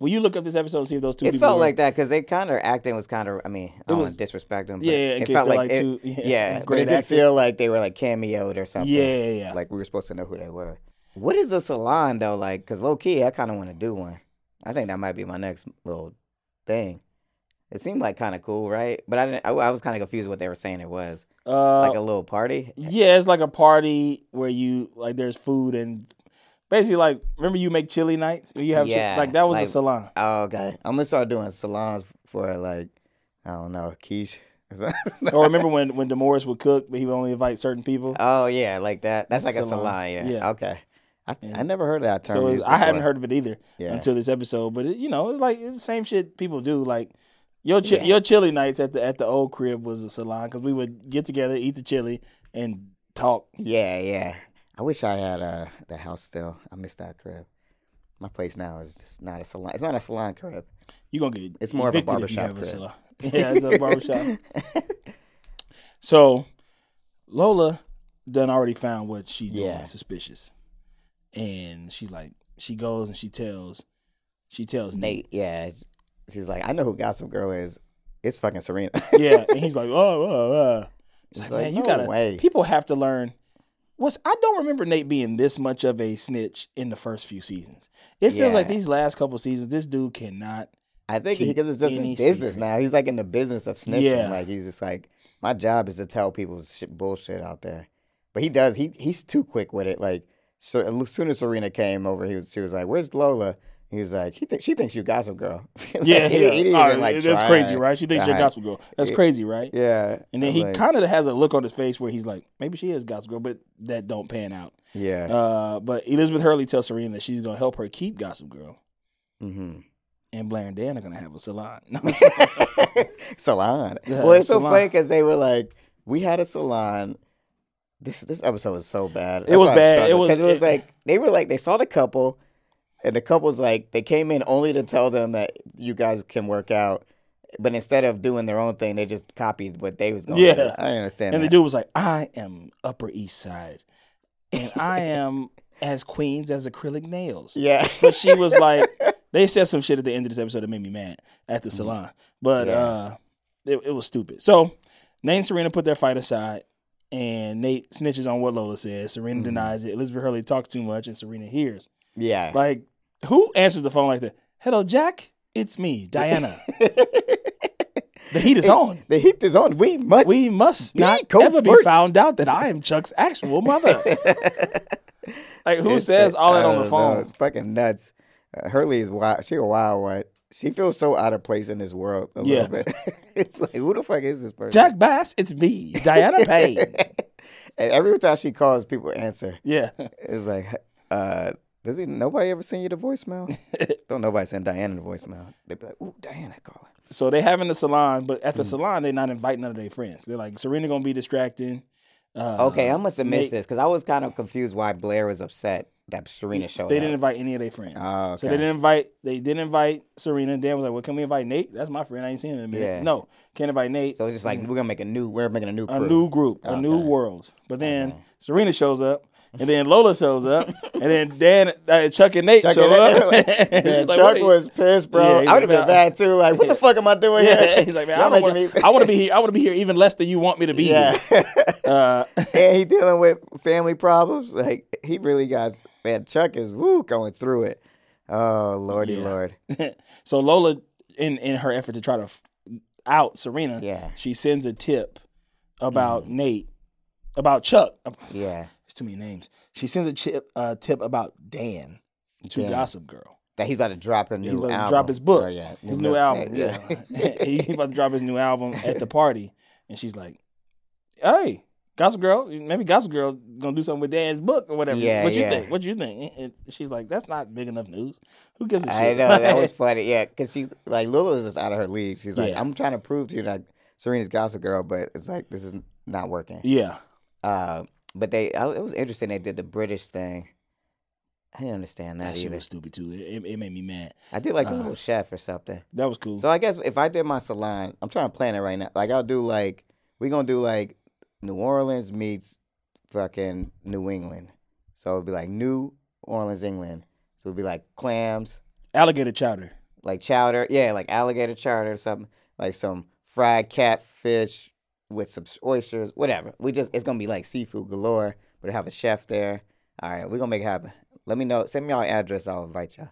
Speaker 4: Will you look up this episode and see if those two
Speaker 5: It
Speaker 4: people
Speaker 5: felt
Speaker 4: were-
Speaker 5: like that because they kind of acting was kind of. I mean, I don't
Speaker 4: was-
Speaker 5: want to disrespect them. But
Speaker 4: Yeah, yeah, in
Speaker 5: it
Speaker 4: case
Speaker 5: felt
Speaker 4: they're,
Speaker 5: like,
Speaker 4: like,
Speaker 5: it-
Speaker 4: too- yeah,
Speaker 5: yeah. But
Speaker 4: great
Speaker 5: it did
Speaker 4: actors.
Speaker 5: feel like they were like cameoed or something.
Speaker 4: Yeah, yeah, yeah.
Speaker 5: Like we were supposed to know who they were. What is a salon though? Like, cause low key, I kind of want to do one. I think that might be my next little thing. It seemed like kind of cool, right? But I didn't. I, I was kind of confused what they were saying. It was
Speaker 4: uh,
Speaker 5: like a little party.
Speaker 4: yeah, it's like a party where you like there's food and basically like remember you make chili nights. You have chi-
Speaker 5: Yeah,
Speaker 4: like that was
Speaker 5: like-
Speaker 4: a salon.
Speaker 5: Oh, okay. I'm gonna start doing salons for like, I don't know, quiche. or something.
Speaker 4: or remember when when Demoris would cook, but he would only invite certain people.
Speaker 5: Oh yeah, like that. That's like a
Speaker 4: Salon.
Speaker 5: salon. Yeah.
Speaker 4: Yeah.
Speaker 5: Okay. I, I never heard that term.
Speaker 4: So it was-
Speaker 5: used
Speaker 4: I hadn't
Speaker 5: before.
Speaker 4: heard of it either
Speaker 5: Yeah.
Speaker 4: until this episode. But it, you know, it's like it's the same shit people do. Like your chi- your chili nights at the at the old crib was a salon because we would get together, eat the chili, and talk.
Speaker 5: Yeah, yeah. I wish I had uh the house still. I miss that crib. My place now is just not a salon. It's not a salon crib.
Speaker 4: You're gonna get
Speaker 5: It's more of a
Speaker 4: evicted if you have
Speaker 5: barbershop
Speaker 4: a
Speaker 5: crib.
Speaker 4: salon. Yeah, it's a barbershop. so Lola done already found what she's
Speaker 5: Yeah.
Speaker 4: doing suspicious. And she's like she goes and she tells she tells Nate.
Speaker 5: Nate. Yeah. She's like, I know who Gossip Girl is. It's fucking Serena.
Speaker 4: yeah. And he's like, oh, oh, oh. It's like,
Speaker 5: like,
Speaker 4: man, you
Speaker 5: no
Speaker 4: gotta
Speaker 5: way."
Speaker 4: people have to learn. What's I don't remember Nate being this much of a snitch in the first few seasons. It feels
Speaker 5: Yeah.
Speaker 4: like these last couple seasons, this dude cannot
Speaker 5: I think
Speaker 4: Keep
Speaker 5: because it's just
Speaker 4: any
Speaker 5: his business
Speaker 4: secret.
Speaker 5: now. He's like in the business of snitching.
Speaker 4: Yeah.
Speaker 5: Like he's just like, my job is to tell people shit bullshit out there. But he does. He he's too quick with it. Like So as soon as Serena came over, he was she was like, "Where's Lola?" He was like, "He thinks she thinks you Gossip Girl." Like,
Speaker 4: Yeah,
Speaker 5: he-
Speaker 4: yeah.
Speaker 5: he didn't
Speaker 4: All
Speaker 5: even,
Speaker 4: right,
Speaker 5: like,
Speaker 4: that's
Speaker 5: try
Speaker 4: crazy, right? She
Speaker 5: to
Speaker 4: thinks you're a
Speaker 5: hide.
Speaker 4: gospel girl. That's crazy, right?
Speaker 5: Yeah,
Speaker 4: And then
Speaker 5: I'm
Speaker 4: he
Speaker 5: like,
Speaker 4: kind of has a look on his face where he's like, maybe she is gospel girl, but that don't pan out.
Speaker 5: yeah.
Speaker 4: Uh, but Elizabeth Hurley tells Serena that she's gonna help her keep Gossip Girl,
Speaker 5: mm-hmm.
Speaker 4: and Blair and Dan are gonna have a salon.
Speaker 5: salon.
Speaker 4: Yeah,
Speaker 5: well, it's so
Speaker 4: salon.
Speaker 5: funny because they were like, we had a salon. This this episode was so bad.
Speaker 4: was bad. It was-
Speaker 5: because it
Speaker 4: it-
Speaker 5: was like they were like they saw the couple, and the couple's like they came in only to tell them that you guys can work out, but instead of doing their own thing, they just copied what they was going.
Speaker 4: Yeah.
Speaker 5: to do. I didn't understand.
Speaker 4: and the
Speaker 5: that.
Speaker 4: dude was like, "I am Upper East Side, and I am as Queens as acrylic nails."
Speaker 5: yeah,
Speaker 4: But she was like, they said some shit at the end of this episode that made me mad at the salon. But
Speaker 5: Mm-hmm. Yeah.
Speaker 4: uh, it, it was stupid. So Nate and Serena put their fight aside, and Nate snitches on what Lola says. Serena
Speaker 5: Mhm.
Speaker 4: denies it. Elizabeth Hurley talks too much, and Serena hears.
Speaker 5: yeah.
Speaker 4: Like, who answers the phone like that? Hello, Jack. It's me, Diana. the heat is on.
Speaker 5: The heat is on. We must.
Speaker 4: We must
Speaker 5: Be
Speaker 4: not ever be
Speaker 5: covert.
Speaker 4: found out that I am Chuck's actual mother. like, who
Speaker 5: It's
Speaker 4: says
Speaker 5: like,
Speaker 4: all that
Speaker 5: I
Speaker 4: on the
Speaker 5: don't know.
Speaker 4: phone?
Speaker 5: It's fucking nuts. Uh, Hurley is wild. She a wild one. She feels so out of place in this world a
Speaker 4: Yeah.
Speaker 5: little bit. it's like, who the fuck is this person?
Speaker 4: Jack Bass, it's me, Diana Payne.
Speaker 5: and every time she calls, people answer.
Speaker 4: yeah.
Speaker 5: It's like, uh, does he, nobody ever send you the voicemail? don't nobody send Diana the voicemail. They be like, ooh, Diana calling.
Speaker 4: So they having the salon, but at the salon they're not inviting none of their friends. They're like Serena gonna be distracting. Uh,
Speaker 5: Okay, I must have missed
Speaker 4: Nate-
Speaker 5: this because I was kind of confused why Blair was upset that Serena showed
Speaker 4: They
Speaker 5: up.
Speaker 4: didn't invite any of their friends.
Speaker 5: Oh,
Speaker 4: So
Speaker 5: okay.
Speaker 4: they didn't invite. They didn't invite Serena. Dan was like, "Well, can we invite Nate? That's my friend. I ain't seen him in a minute.
Speaker 5: Yeah.
Speaker 4: No, can't invite Nate.
Speaker 5: So it's just like, we're going to make a new, we're making a new
Speaker 4: a
Speaker 5: crew.
Speaker 4: new group, a new
Speaker 5: Okay.
Speaker 4: world. But then Serena shows up, and then Lola shows up, and then Dan, uh, Chuck, and Nate
Speaker 5: Chuck,
Speaker 4: show up.
Speaker 5: Man,
Speaker 4: She's uh, like,
Speaker 5: Chuck
Speaker 4: "What are you-"
Speaker 5: was pissed,
Speaker 4: Yeah,
Speaker 5: bro.
Speaker 4: he's
Speaker 5: I would have
Speaker 4: like,
Speaker 5: been
Speaker 4: "Nah."
Speaker 5: bad too. Like, what the fuck am I doing
Speaker 4: Yeah,
Speaker 5: here?
Speaker 4: he's like, man,
Speaker 5: Y'all
Speaker 4: I, don't wanna,
Speaker 5: making me-
Speaker 4: I want to be here. I want to be here even less than you want me to be
Speaker 5: yeah.
Speaker 4: here. Uh,
Speaker 5: and he dealing with family problems. Like, he really got man. Chuck is woo going through it. Oh lordy,
Speaker 4: Yeah.
Speaker 5: lord.
Speaker 4: So Lola, in in her effort to try to f- out Serena,
Speaker 5: Yeah. Mm.
Speaker 4: she sends a tip about Nate, about Chuck.
Speaker 5: Yeah,
Speaker 4: It's too many names. She sends a chip, uh, tip about Dan to
Speaker 5: Dan.
Speaker 4: Gossip Girl.
Speaker 5: that he's about to drop a new
Speaker 4: He's about
Speaker 5: album.
Speaker 4: to drop his book,
Speaker 5: Oh, yeah,
Speaker 4: his new
Speaker 5: book.
Speaker 4: album. Yeah, he's about to drop his new album at the party, and she's like, "Hey." Gossip Girl, maybe Gossip Girl gonna do something with Dan's book or whatever.
Speaker 5: Yeah,
Speaker 4: what you
Speaker 5: yeah.
Speaker 4: think? What you think? And she's like, that's not big enough news. Who gives a
Speaker 5: I
Speaker 4: shit?
Speaker 5: know that was funny. Yeah, because she like Lulu is just out of her league. She's like,
Speaker 4: Yeah.
Speaker 5: I'm trying to prove to you that Serena's gossip girl, but it's like this is not working.
Speaker 4: yeah.
Speaker 5: Uh, but they, I, it was interesting. They did the British thing. I didn't understand that,
Speaker 4: That shit
Speaker 5: either.
Speaker 4: was stupid too. It, it, it made me mad.
Speaker 5: I did like a
Speaker 4: uh,
Speaker 5: little chef or something.
Speaker 4: That was cool.
Speaker 5: So I guess if I did my salon, I'm trying to plan it right now. Like I'll do like we gonna do like New Orleans meets fucking New England. So it'd be like New Orleans, England. So it'd be like clams,
Speaker 4: Alligator chowder.
Speaker 5: like chowder, yeah, like alligator chowder or something, like some fried catfish with some oysters, whatever. We just it's gonna be like seafood galore. We'll have a chef there. All right, we're gonna make it happen. Let me know. Send me y'all address. I'll invite y'all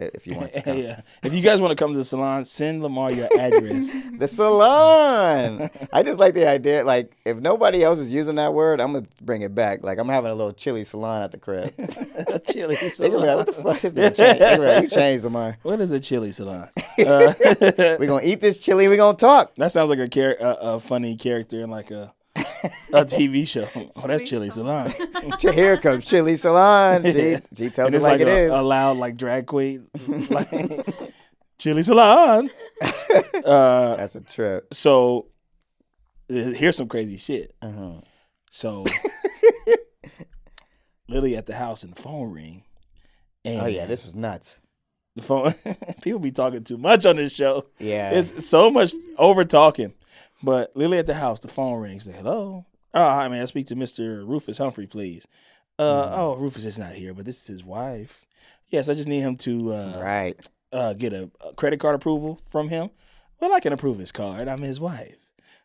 Speaker 5: i- if you want to come.
Speaker 4: yeah. If you guys want to come to the salon, send Lamar your address.
Speaker 5: The salon. I just like the idea. Like, if nobody else is using that word, I'm gonna bring it back. Like, I'm having a little chili salon at the crib.
Speaker 4: a chili
Speaker 5: They
Speaker 4: salon.
Speaker 5: gonna be like, "What the fuck is gonna change?" They gonna be like, "You changed, Lamar.
Speaker 4: what is a chili salon? Uh,
Speaker 5: We gonna eat this chili. We gonna talk."
Speaker 4: that sounds like a, char- a, a funny character in like a a TV show. Oh, that's chili salon.
Speaker 5: Here comes chili salon. She she tells
Speaker 4: And
Speaker 5: it
Speaker 4: it's
Speaker 5: like,
Speaker 4: like,
Speaker 5: it
Speaker 4: a,
Speaker 5: is.
Speaker 4: a loud like drag queen, like chili salon. Uh,
Speaker 5: That's a trip.
Speaker 4: so uh, here's some crazy shit.
Speaker 5: Uh-huh.
Speaker 4: So Lily at the house and the phone ring. And
Speaker 5: Oh yeah, this was nuts.
Speaker 4: the phone people be talking too much on this show.
Speaker 5: Yeah.
Speaker 4: It's so much over talking. But Lily at the house, the phone rings. Say, Hello. Oh, hi, man. I speak to Mr. Rufus Humphrey, please. Uh,
Speaker 5: Mm-hmm.
Speaker 4: Oh, Rufus is not here, but this is his wife. Yes, I just need him to uh,
Speaker 5: right.
Speaker 4: uh, get a, a credit card approval from him. Well, I can approve his card. I'm his wife.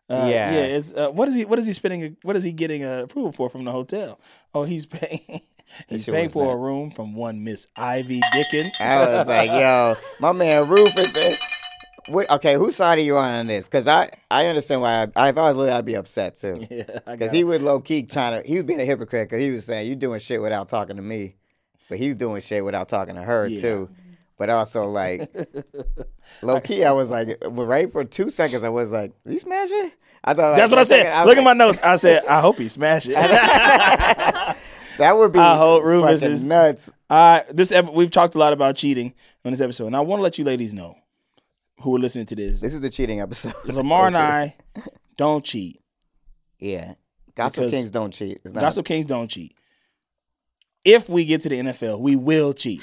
Speaker 4: Uh,
Speaker 5: Yeah.
Speaker 4: yeah. It's uh, what is he? What is he spending? What is he getting uh, approval for from the hotel? Oh, he's paying. he's
Speaker 5: shit
Speaker 4: paying
Speaker 5: was
Speaker 4: for
Speaker 5: mad.
Speaker 4: a room from one Miss Ivy Dickens.
Speaker 5: I was like, yo, my man Rufus. is- What, okay, whose side are you on on this? Because I, I understand why. I, if I was little, I'd be upset too.
Speaker 4: Yeah, I
Speaker 5: Because
Speaker 4: got
Speaker 5: he
Speaker 4: it.
Speaker 5: was low key trying to, he was being a hypocrite because he was saying, you doing shit without talking to me. But he's doing shit without talking to her
Speaker 4: Yeah.
Speaker 5: too. But also, like, low key, I was like, well, right for two seconds, I was like, he smashing? I thought, like,
Speaker 4: That's what
Speaker 5: for
Speaker 4: I
Speaker 5: a
Speaker 4: said.
Speaker 5: second, was
Speaker 4: Look at
Speaker 5: like,
Speaker 4: my notes. I said, I hope he smash it.
Speaker 5: That would be
Speaker 4: I hope Rufus
Speaker 5: fucking
Speaker 4: is-
Speaker 5: nuts.
Speaker 4: Uh, this ep- we've talked a lot about cheating on this episode, and I want to let you ladies know who are listening to this.
Speaker 5: This is the cheating episode.
Speaker 4: Lamar and I don't cheat.
Speaker 5: Yeah. Gossip
Speaker 4: Because-
Speaker 5: Kings don't cheat. It's not,
Speaker 4: Gossip Kings don't cheat. If we get to the NFL, we will cheat.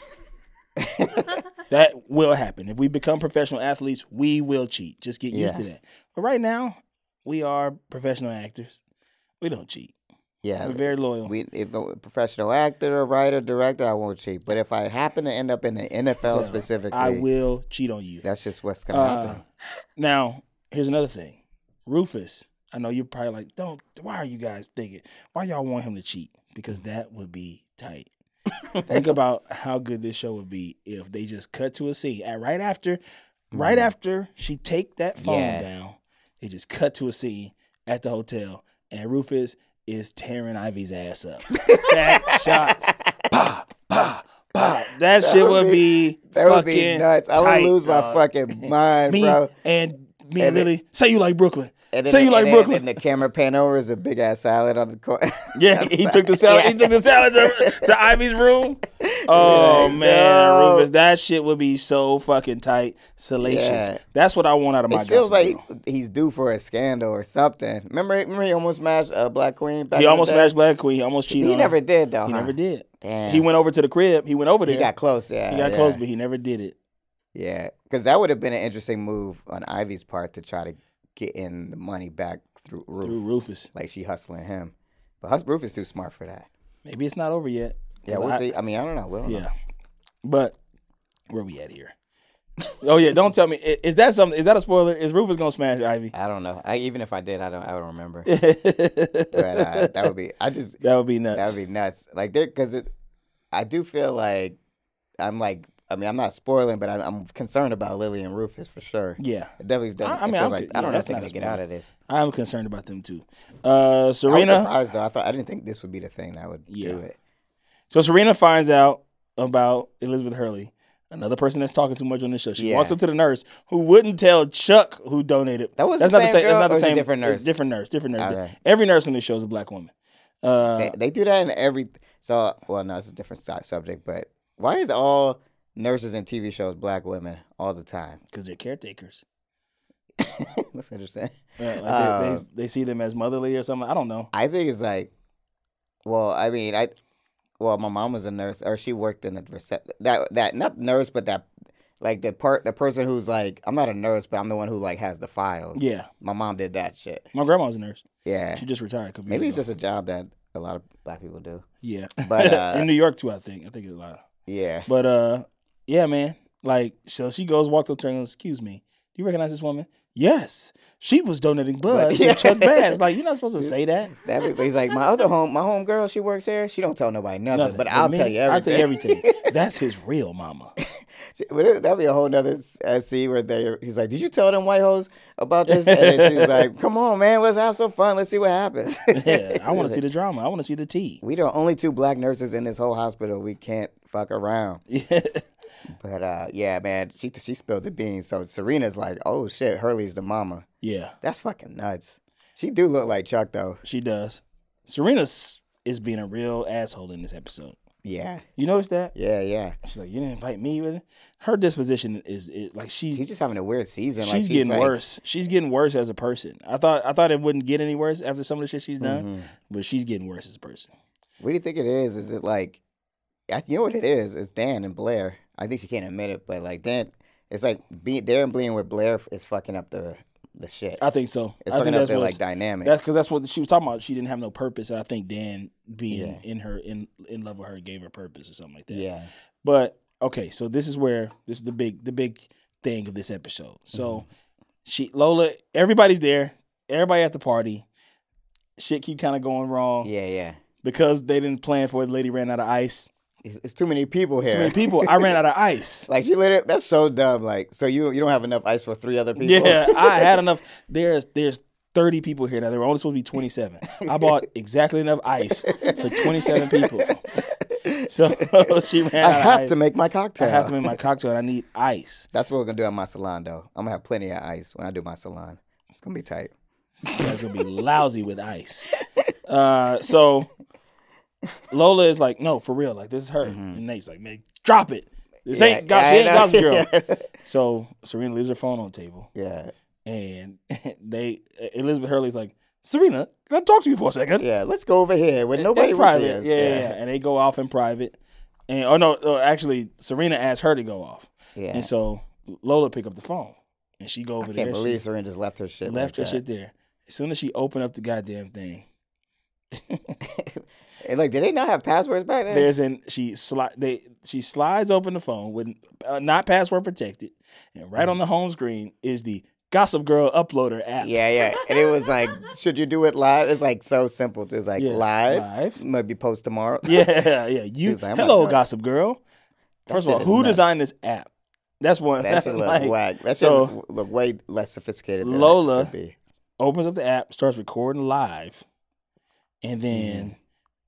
Speaker 4: that will happen. If we become professional athletes, we will cheat. Just get used
Speaker 5: Yeah.
Speaker 4: to that. But right now, we are professional actors. We don't cheat.
Speaker 5: yeah.
Speaker 4: We're very loyal.
Speaker 5: we, if a professional actor, writer, director, I won't cheat. But if I happen to end up in the NFL
Speaker 4: Yeah,
Speaker 5: specifically,
Speaker 4: I will cheat on you.
Speaker 5: That's just what's gonna
Speaker 4: Uh,
Speaker 5: happen.
Speaker 4: Now, here's another thing. Rufus, I know you're probably like, don't, why are you guys thinking? Why y'all want him to cheat? Because that would be tight. Think about how good this show would be if they just cut to a scene. And right after, right after she take that phone
Speaker 5: Mm-hmm. Yeah.
Speaker 4: down, they just cut to a scene at the hotel and Rufus is tearing Ivy's ass up. that shots. Bah, bah, bah. That, shit
Speaker 5: would
Speaker 4: would be,
Speaker 5: That would be
Speaker 4: fucking
Speaker 5: nuts. I would
Speaker 4: tight,
Speaker 5: lose my
Speaker 4: dog
Speaker 5: fucking mind,
Speaker 4: me
Speaker 5: bro.
Speaker 4: and me and,
Speaker 5: And it-
Speaker 4: Lily say you like Brooklyn.
Speaker 5: And
Speaker 4: say you like
Speaker 5: and
Speaker 4: Brooklyn. Oh
Speaker 5: And the camera pan over is a big ass salad on the corner.
Speaker 4: yeah, he took the salad. He took the salad to, to Ivy's room. Oh
Speaker 5: Like,
Speaker 4: man,
Speaker 5: no.
Speaker 4: Rufus, that shit would be so fucking tight, salacious.
Speaker 5: Yeah.
Speaker 4: That's what I want out of my.
Speaker 5: It feels
Speaker 4: Gossip
Speaker 5: like
Speaker 4: Girl.
Speaker 5: he's due for a scandal or something. Remember, remember he almost smashed a black queen. Back
Speaker 4: he
Speaker 5: in the
Speaker 4: almost
Speaker 5: day?
Speaker 4: smashed Black Queen. He almost cheated.
Speaker 5: He
Speaker 4: on
Speaker 5: never
Speaker 4: her.
Speaker 5: did though.
Speaker 4: He
Speaker 5: huh?
Speaker 4: never did.
Speaker 5: Damn.
Speaker 4: He went over to the crib. He went over there.
Speaker 5: He got close. Yeah.
Speaker 4: He got
Speaker 5: yeah.
Speaker 4: close, but he never did it.
Speaker 5: Yeah, because that would have been an interesting move on Ivy's part to try to get in the money back through Roof,
Speaker 4: Through Rufus.
Speaker 5: like she hustling him. But Hus- Roof is too smart for that.
Speaker 4: Maybe it's not over yet.
Speaker 5: Yeah,
Speaker 4: 'Cause
Speaker 5: we'll
Speaker 4: I-
Speaker 5: see. I mean, I don't know. We don't know.
Speaker 4: Yeah, but where we at here? oh yeah, don't tell me. i- Is that something? Is that a spoiler? Is Rufus gonna smash Ivy?
Speaker 5: I don't know. I, even if I did, I don't. I don't remember.
Speaker 4: that
Speaker 5: but uh, that would be. I just
Speaker 4: would be nuts.
Speaker 5: that would be nuts. Like there, because it. I do feel like I'm like. I mean, I'm not spoiling, but I, I'm concerned about Lily and Rufus for sure.
Speaker 4: yeah,
Speaker 5: It definitely doesn't.
Speaker 4: I mean,
Speaker 5: it feels
Speaker 4: I'm
Speaker 5: like,
Speaker 4: good.
Speaker 5: I don't
Speaker 4: Yeah,
Speaker 5: know
Speaker 4: that's
Speaker 5: if they're
Speaker 4: not
Speaker 5: gonna
Speaker 4: a
Speaker 5: get
Speaker 4: spoiler.
Speaker 5: out of this.
Speaker 4: I'm concerned about them too. Uh,
Speaker 5: I was
Speaker 4: Serena.
Speaker 5: surprised though. I thought I didn't think this would be the thing that would
Speaker 4: Yeah.
Speaker 5: do it.
Speaker 4: So Serena finds out about Elizabeth Hurley, another person that's talking too much on this show. She
Speaker 5: Yeah.
Speaker 4: walks up to the nurse who wouldn't tell Chuck who donated.
Speaker 5: That was
Speaker 4: that's
Speaker 5: the
Speaker 4: not
Speaker 5: same
Speaker 4: the same. That's
Speaker 5: girl,
Speaker 4: not
Speaker 5: or
Speaker 4: the
Speaker 5: is it
Speaker 4: same.
Speaker 5: different nurse?
Speaker 4: Different nurse. Different nurse.
Speaker 5: Okay.
Speaker 4: Every nurse on this show is a black woman. Uh,
Speaker 5: they, they do that in every. So, well, no, it's a different su- subject, but why is all nurses in TV shows black women all the time?
Speaker 4: because they're caretakers.
Speaker 5: That's interesting.
Speaker 4: Uh, like they-
Speaker 5: Uh,
Speaker 4: they, they see them as motherly or something. I don't know.
Speaker 5: I think it's like, well, I mean, I, well, my mom was a nurse, or she worked in the recep that that not nurse, but that like the part the person who's like, I'm not a nurse, but I'm the one who like has the files.
Speaker 4: Yeah,
Speaker 5: my mom did that shit.
Speaker 4: my grandma's a nurse.
Speaker 5: Yeah,
Speaker 4: She just retired. a couple
Speaker 5: maybe it's
Speaker 4: years
Speaker 5: just a job that a lot of black people do.
Speaker 4: ago. yeah.
Speaker 5: But uh,
Speaker 4: in New York too, I think. I think it's a lot. Of,
Speaker 5: yeah,
Speaker 4: But uh, yeah, man. Like, so she goes, walks up to her and goes, "Excuse me, do you recognize this woman?" Yes, she was donating blood to
Speaker 5: yeah.
Speaker 4: Chuck Bass. Like, you're not supposed to say that.
Speaker 5: That be, he's like my other home, my home girl. She works here. She don't tell nobody nothing,
Speaker 4: Nothing.
Speaker 5: but I'll
Speaker 4: me,
Speaker 5: tell you everything.
Speaker 4: I'll tell you everything. That's his real mama.
Speaker 5: She- but it- That'd be a whole nother s- uh, scene where they, he's like, "Did you tell them white hoes about this?" And then she's like, "Come on, man, let's have some fun. Let's see what happens."
Speaker 4: Yeah, I want to see the drama. I want to see the tea.
Speaker 5: We the only two black nurses in this whole hospital. We can't fuck around. But uh, yeah, man, she she spilled the beans. So Serena's like, "Oh shit, Hurley's the mama."
Speaker 4: yeah,
Speaker 5: That's fucking nuts. She do look like Chuck though.
Speaker 4: she does. Serena s- is being a real asshole in this episode.
Speaker 5: Yeah,
Speaker 4: You notice that?
Speaker 5: yeah, yeah.
Speaker 4: She's like, you didn't invite me. Her disposition is, is like she.
Speaker 5: She's just having a weird season. like,
Speaker 4: she's getting
Speaker 5: like-
Speaker 4: worse. She's getting worse as a person. I thought I thought it wouldn't get any worse after some of the shit she's done,
Speaker 5: Mm-hmm.
Speaker 4: but she's getting worse as a person.
Speaker 5: What do you think it is? Is it like, I, you know what it is? It's Dan and Blair. I think she can't admit it, but like Dan, it's like being there and being with Blair is fucking up the the shit.
Speaker 4: I think so.
Speaker 5: it's
Speaker 4: I
Speaker 5: fucking
Speaker 4: think
Speaker 5: up the
Speaker 4: what
Speaker 5: like
Speaker 4: it's-
Speaker 5: dynamic.
Speaker 4: That's because that's what she was talking about. She didn't have no purpose, and I think Dan being
Speaker 5: Yeah.
Speaker 4: in her in in love with her gave her purpose or something like that.
Speaker 5: yeah,
Speaker 4: But okay, so this is where this is the big the big thing of this episode. So
Speaker 5: Mm-hmm.
Speaker 4: she Lola, everybody's there, everybody at the party. Shit keep kind of going wrong
Speaker 5: yeah, yeah.
Speaker 4: because they didn't plan for it. The lady ran out of ice.
Speaker 5: it's, it's too many people here.
Speaker 4: Too many people. I ran out of ice.
Speaker 5: Like you literally, that's so dumb. Like, so you you don't have enough ice for three other people.
Speaker 4: Yeah, I had enough. There's there's 30 people here now. There were only supposed to be 27. I bought exactly enough ice for 27 people. So she ran
Speaker 5: I
Speaker 4: out of
Speaker 5: have
Speaker 4: ice.
Speaker 5: to make my cocktail.
Speaker 4: I have to make my cocktail and I need ice.
Speaker 5: That's what we're gonna do at my salon, though. I'm gonna have plenty of ice when I do my salon. It's gonna be tight.
Speaker 4: That's gonna be lousy with ice. Uh, so Lola is like, no, for real, like this is her. And Nate's like, man, drop it. This
Speaker 5: Mm-hmm. Yeah,
Speaker 4: ain't, got,
Speaker 5: I
Speaker 4: she ain't Gossip Girl.
Speaker 5: know.
Speaker 4: So Serena leaves her phone on the table,
Speaker 5: yeah,
Speaker 4: and they Elizabeth Hurley's like, Serena, can I talk to you for a second?
Speaker 5: yeah. Let's go over here where
Speaker 4: In
Speaker 5: nobody will see
Speaker 4: private.
Speaker 5: us.
Speaker 4: Yeah, yeah, yeah. and they go off in private. And oh no, no, actually, Serena asked her to go off,
Speaker 5: Yeah.
Speaker 4: and so Lola pick up the phone, and she go
Speaker 5: I
Speaker 4: over there.
Speaker 5: can't
Speaker 4: She
Speaker 5: believe Serena just left her shit.
Speaker 4: left her
Speaker 5: like
Speaker 4: shit there. As soon as she opened up the goddamn thing,
Speaker 5: shit. and like, did they not have passwords back then?
Speaker 4: there's an she slide they she slides open the phone with uh, not password protected, and right
Speaker 5: Mm-hmm.
Speaker 4: on the home screen is the Gossip Girl Uploader app.
Speaker 5: yeah, yeah. And it was like, should you do it live? It's like so simple. It's like
Speaker 4: Yeah,
Speaker 5: live.
Speaker 4: live.
Speaker 5: Maybe post tomorrow.
Speaker 4: yeah, yeah. You
Speaker 5: She's like, I'm not
Speaker 4: hello,
Speaker 5: doing it.
Speaker 4: Gossip Girl.
Speaker 5: That
Speaker 4: First of all,
Speaker 5: shit is
Speaker 4: who
Speaker 5: nuts.
Speaker 4: designed this app? That's one.
Speaker 5: That shit look
Speaker 4: like,
Speaker 5: whack. That shit
Speaker 4: so-
Speaker 5: look, look way less sophisticated than
Speaker 4: Lola-
Speaker 5: it should be.
Speaker 4: opens up the app, starts recording live, and then
Speaker 5: Mm-hmm.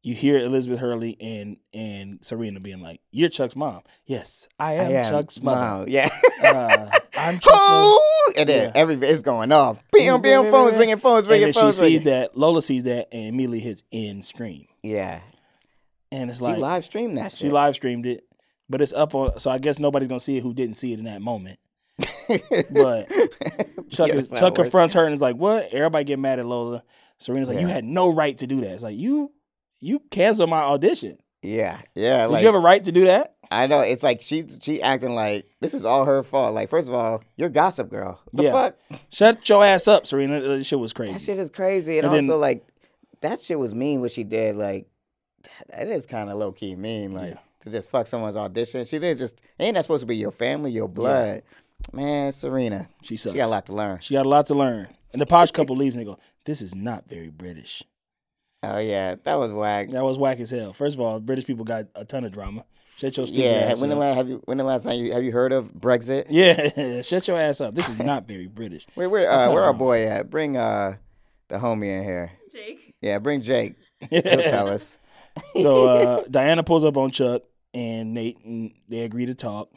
Speaker 4: you hear Elizabeth Hurley and and Serena being like, "You're Chuck's mom." Yes, I am,
Speaker 5: I am
Speaker 4: Chuck's mother.
Speaker 5: mom. Yeah.
Speaker 4: Uh, I'm Chuck's mother.
Speaker 5: Oh, and then
Speaker 4: Yeah.
Speaker 5: every it's going off. Bam, bam,
Speaker 4: bam,
Speaker 5: phones
Speaker 4: bam.
Speaker 5: ringing, phones
Speaker 4: And
Speaker 5: ringing,
Speaker 4: then she
Speaker 5: phones
Speaker 4: sees
Speaker 5: ringing.
Speaker 4: that Lola sees that and immediately hits end stream,
Speaker 5: Yeah,
Speaker 4: and it's
Speaker 5: she
Speaker 4: like
Speaker 5: live streamed that.
Speaker 4: she live streamed it, but it's up on. So I guess nobody's gonna see it who didn't see it in that moment.
Speaker 5: live,
Speaker 4: But Chuck is, Chuck confronts her and is like, "What?" Everybody get mad at Lola. Serena's like, "You
Speaker 5: Yeah.
Speaker 4: had no right to do that." It's like you you canceled my audition.
Speaker 5: Yeah, yeah.
Speaker 4: Did
Speaker 5: Like
Speaker 4: you have a right to do that?
Speaker 5: I know it's like she she acting like this is all her fault. Like first of all, you're gossip girl. The
Speaker 4: Yeah.
Speaker 5: fuck,
Speaker 4: Shut your ass up, Serena. Uh, That shit was crazy.
Speaker 5: that shit is crazy. And,
Speaker 4: And then-
Speaker 5: also like that shit was mean what she did. Like that is kind of low key mean. Like
Speaker 4: Yeah.
Speaker 5: to just fuck someone's audition. She did just ain't that supposed to be your family, your blood. Man, Serena,
Speaker 4: she
Speaker 5: she
Speaker 4: sucks.
Speaker 5: got a lot to learn.
Speaker 4: She got a lot to learn. And the posh couple leaves and they go, "This is not very British."
Speaker 5: Oh yeah, that was whack.
Speaker 4: That was whack as hell. First of all, British people got a ton of drama. Shut your stupid
Speaker 5: Yeah,
Speaker 4: ass
Speaker 5: when the
Speaker 4: up.
Speaker 5: last have you when the last time you have you heard of Brexit?
Speaker 4: yeah, shut your ass up. This is not very British.
Speaker 5: Where where uh, where our boy at? Bring uh the homie in here.
Speaker 6: Jake.
Speaker 5: Yeah, bring Jake. He'll tell us.
Speaker 4: so uh, Diana pulls up on Chuck and Nate, and they agree to talk.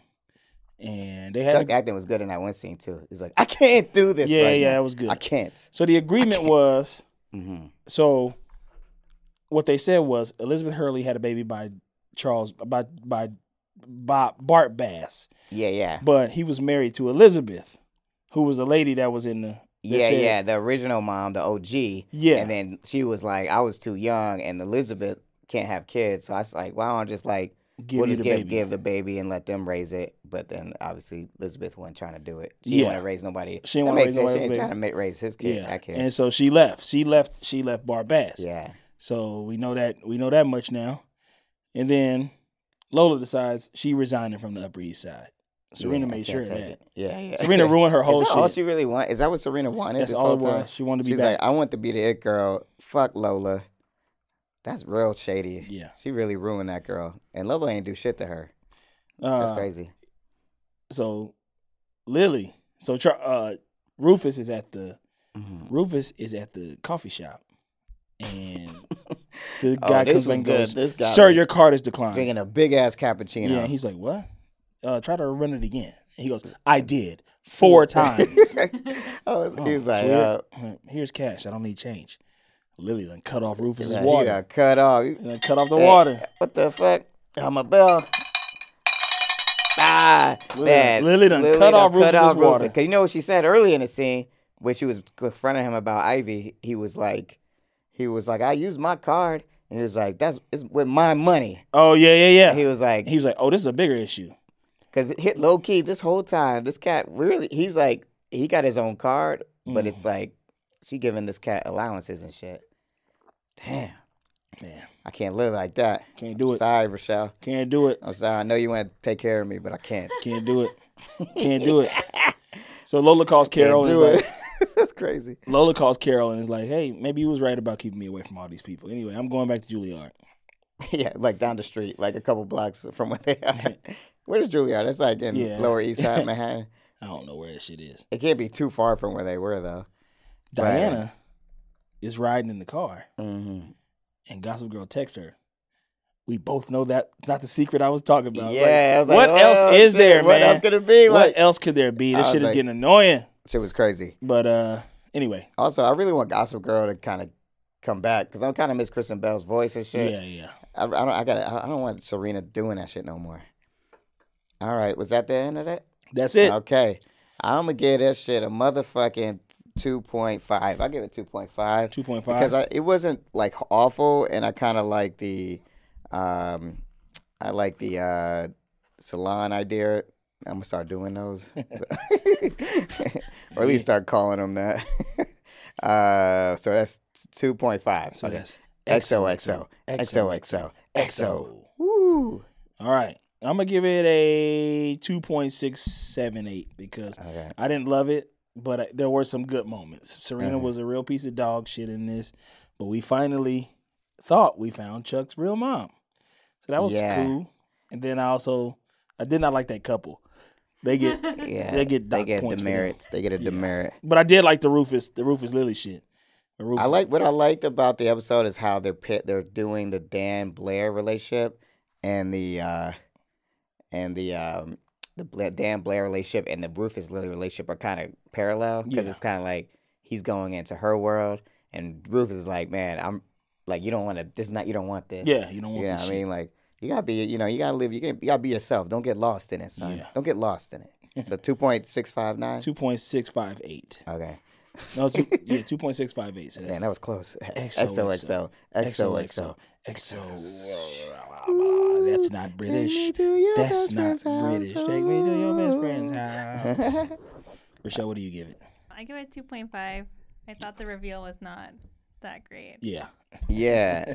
Speaker 4: And they had
Speaker 5: Chuck
Speaker 4: a-
Speaker 5: acting was good in that one scene too. He's like, I can't do this.
Speaker 4: Yeah,
Speaker 5: right
Speaker 4: yeah,
Speaker 5: now.
Speaker 4: that was good.
Speaker 5: I can't.
Speaker 4: so the agreement was
Speaker 5: hmm
Speaker 4: so what they said was Elizabeth Hurley had a baby by Charles by by Bob Bart Bass,
Speaker 5: Yeah, yeah,
Speaker 4: but he was married to Elizabeth, who was a lady that was in the that
Speaker 5: yeah,
Speaker 4: said-
Speaker 5: yeah. The original mom, the OG.
Speaker 4: Yeah.
Speaker 5: and then she was like, I was too young, and Elizabeth can't have kids, so I was like, why don't I just like
Speaker 4: Give
Speaker 5: we'll
Speaker 4: you the
Speaker 5: just give
Speaker 4: baby.
Speaker 5: give the baby and let them raise it. But then obviously Elizabeth wasn't trying to do it. She
Speaker 4: Yeah.
Speaker 5: didn't want to raise nobody.
Speaker 4: She didn't
Speaker 5: That
Speaker 4: wanna
Speaker 5: makes
Speaker 4: raise
Speaker 5: sense.
Speaker 4: nobody
Speaker 5: She
Speaker 4: else's
Speaker 5: ain't trying
Speaker 4: baby.
Speaker 5: to ma- raise his kid.
Speaker 4: Yeah,
Speaker 5: That kid.
Speaker 4: and so she left. She left. She left Bart Bass.
Speaker 5: yeah.
Speaker 4: So we know that we know that much now. And then Lola decides she resigning from the Upper East Side. Serena
Speaker 5: Yeah, I
Speaker 4: made
Speaker 5: can't
Speaker 4: sure of
Speaker 5: take
Speaker 4: that.
Speaker 5: it. Yeah, yeah.
Speaker 4: Serena ruined her whole
Speaker 5: Is that all
Speaker 4: shit.
Speaker 5: she really want? Is that what Serena wanted?
Speaker 4: That's
Speaker 5: this
Speaker 4: all it
Speaker 5: whole time?
Speaker 4: was. She wanted to be
Speaker 5: She's
Speaker 4: back.
Speaker 5: like, I want to be the it girl. Fuck Lola. That's real shady.
Speaker 4: Yeah.
Speaker 5: She really ruined that girl. And Lola ain't do shit to her. That's
Speaker 4: Uh,
Speaker 5: crazy.
Speaker 4: So Lily, so Char- uh, Rufus is at the
Speaker 5: Mhm.
Speaker 4: Rufus is at the coffee shop, and the
Speaker 5: Oh,
Speaker 4: guy
Speaker 5: this
Speaker 4: comes
Speaker 5: was
Speaker 4: back and
Speaker 5: good.
Speaker 4: goes,
Speaker 5: This guy
Speaker 4: "Sir,
Speaker 5: was
Speaker 4: your card is declined."
Speaker 5: Drinking a big ass cappuccino.
Speaker 4: yeah, and he's like, "What? Uh, try to run it again." And he goes, "I did four times."
Speaker 5: oh,
Speaker 4: Oh,
Speaker 5: he's like,
Speaker 4: so
Speaker 5: uh,
Speaker 4: here- here's cash. I don't need change. Lily done cut off Rufus's
Speaker 5: like, he
Speaker 4: water.
Speaker 5: done cut off.
Speaker 4: And then cut off the
Speaker 5: Hey,
Speaker 4: water.
Speaker 5: What the fuck? I'm a bell. Ah,
Speaker 4: Lily-
Speaker 5: man.
Speaker 4: Lily done cut off Rufus's water.
Speaker 5: Because you know what she said earlier in the scene when she was confronting him about Ivy. He was like, he was like, I used my card, and he was like, that's it's with my money.
Speaker 4: Oh yeah, yeah, yeah.
Speaker 5: And he was like,
Speaker 4: he was like, "Oh, this is a bigger issue."
Speaker 5: because it hit low key this whole time. This cat really, he's like, he got his own card, but
Speaker 4: Mm.
Speaker 5: it's like she giving this cat allowances and shit. Damn,
Speaker 4: Man,
Speaker 5: I can't live like that.
Speaker 4: Can't do it.
Speaker 5: Sorry, Rochelle.
Speaker 4: can't do it.
Speaker 5: I'm sorry. I know you want to take care of me, but I can't.
Speaker 4: Can't do it. Can't do it. So Lola calls Carol
Speaker 5: Can't
Speaker 4: and is
Speaker 5: do
Speaker 4: like,
Speaker 5: it. That's crazy.
Speaker 4: Lola calls Carol and is like, "Hey, maybe you was right about keeping me away from all these people. Anyway, I'm going back to Juilliard."
Speaker 5: yeah, like down the street, like a couple blocks from where they are. Where's Juilliard? That's like in
Speaker 4: Yeah.
Speaker 5: Lower East Side, Manhattan.
Speaker 4: I don't know where that shit is.
Speaker 5: It can't be too far from where they were though.
Speaker 4: Diana is riding in the car,
Speaker 5: hmm
Speaker 4: Mm-hmm. and Gossip Girl texts her. We both know that not the secret I was talking about. I was like,
Speaker 5: Yeah. I was like,
Speaker 4: what else
Speaker 5: "Oh,
Speaker 4: is
Speaker 5: shit,
Speaker 4: there,
Speaker 5: What
Speaker 4: man?
Speaker 5: else could it be?
Speaker 4: what
Speaker 5: Like,
Speaker 4: else could there be?
Speaker 5: I
Speaker 4: This
Speaker 5: was
Speaker 4: shit is
Speaker 5: like-
Speaker 4: getting annoying.
Speaker 5: shit was crazy.
Speaker 4: But uh, anyway,
Speaker 5: Also, I really want Gossip Girl to kind of come back because I kind of miss Kristen Bell's voice and shit.
Speaker 4: yeah, yeah.
Speaker 5: I, I don't. I got. I I don't want Serena doing that shit no more. All right. Was that the end of that?
Speaker 4: That's it.
Speaker 5: Okay. I'm gonna give that shit a motherfucking two point five. I give it two point five.
Speaker 4: Two point five.
Speaker 5: because I, it wasn't like awful, and I kind of like the, um, I like the uh, salon idea. I'm gonna start doing those, or at least start calling them that. uh, so that's two point five.
Speaker 4: so
Speaker 5: okay.
Speaker 4: that's
Speaker 5: XOXO, XOXO, XO. Woo.
Speaker 4: All right. I'm gonna give it a 2.678 because
Speaker 5: Okay.
Speaker 4: I didn't love it, but I, there were some good moments. Serena
Speaker 5: Uh-huh.
Speaker 4: was a real piece of dog shit in this, but we finally thought we found Chuck's real mom, so that was
Speaker 5: Yeah.
Speaker 4: cool. And then I also I did not like that couple. They get,
Speaker 5: Yeah.
Speaker 4: They get
Speaker 5: they
Speaker 4: dock
Speaker 5: get
Speaker 4: points for them.
Speaker 5: demerits. They get a
Speaker 4: Yeah.
Speaker 5: demerit.
Speaker 4: but I did like the Rufus the Rufus Lily shit. The Rufus,
Speaker 5: I like what I liked about the episode is how they're pit, they're doing the Dan Blair relationship and the uh and the um the Bla- Dan Blair relationship and the Rufus Lily relationship are kind of parallel because
Speaker 4: Yeah.
Speaker 5: it's kind of like he's going into her world and Rufus is like, man, I'm like you don't want to this is not you don't want this.
Speaker 4: yeah, you don't
Speaker 5: you
Speaker 4: want this
Speaker 5: know what I
Speaker 4: shit.
Speaker 5: mean? Like you gotta be you know you gotta live you, can, you gotta be yourself. Don't get lost in it, son.
Speaker 4: Yeah.
Speaker 5: Don't get lost in it. So two point six five nine.
Speaker 4: 2.658.
Speaker 5: Okay.
Speaker 4: No, two, yeah, 2.658. So that's
Speaker 5: Oh. Man, that was close.
Speaker 4: XOXO.
Speaker 5: XOXO. XOXO.
Speaker 4: XO. That's not British. That's not British. Take me to your best friend's
Speaker 5: Oh.
Speaker 4: house. Rochelle, what do you give it?
Speaker 6: I give it 2.5. I thought the reveal was not that great.
Speaker 4: Yeah.
Speaker 5: Yeah.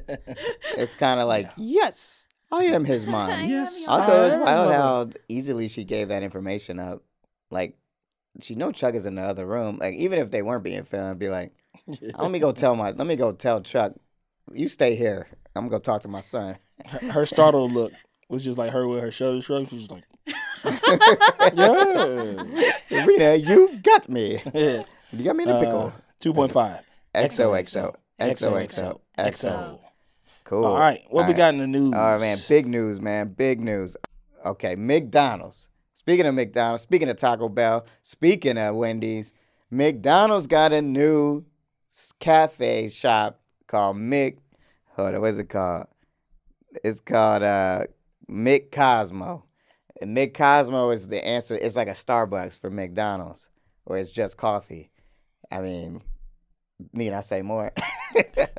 Speaker 5: It's kind of like, yes, I am his mom.
Speaker 4: Yes.
Speaker 5: Also, it was
Speaker 4: I am
Speaker 5: wild
Speaker 4: mother.
Speaker 5: how easily she gave that information up. Like, she know Chuck is in the other room. Like, even if they weren't being filmed, be like, let me go tell my, let me go tell Chuck, you stay here. I'm gonna talk to my son.
Speaker 4: Her, her startled look was just like her with her shoulders shrugged. She was like, yeah.
Speaker 5: Serena, you've got me.
Speaker 4: yeah.
Speaker 5: You got me in a pickle.
Speaker 4: Uh, 2.5.
Speaker 5: XOXO. XOXO.
Speaker 4: XOXO.
Speaker 5: XO. Cool.
Speaker 4: All right. What we
Speaker 5: All right.
Speaker 4: got in the news?
Speaker 5: All right, man. Big news, man. Big news. Okay, McDonald's. Speaking of McDonald's, speaking of Taco Bell, speaking of Wendy's, McDonald's got a new s- cafe shop called Mick. Hold on, what's it called? It's called uh, Mick Cosmo. And Mick Cosmo is the answer. It's like a Starbucks for McDonald's, or it's just coffee. I mean, need I say more?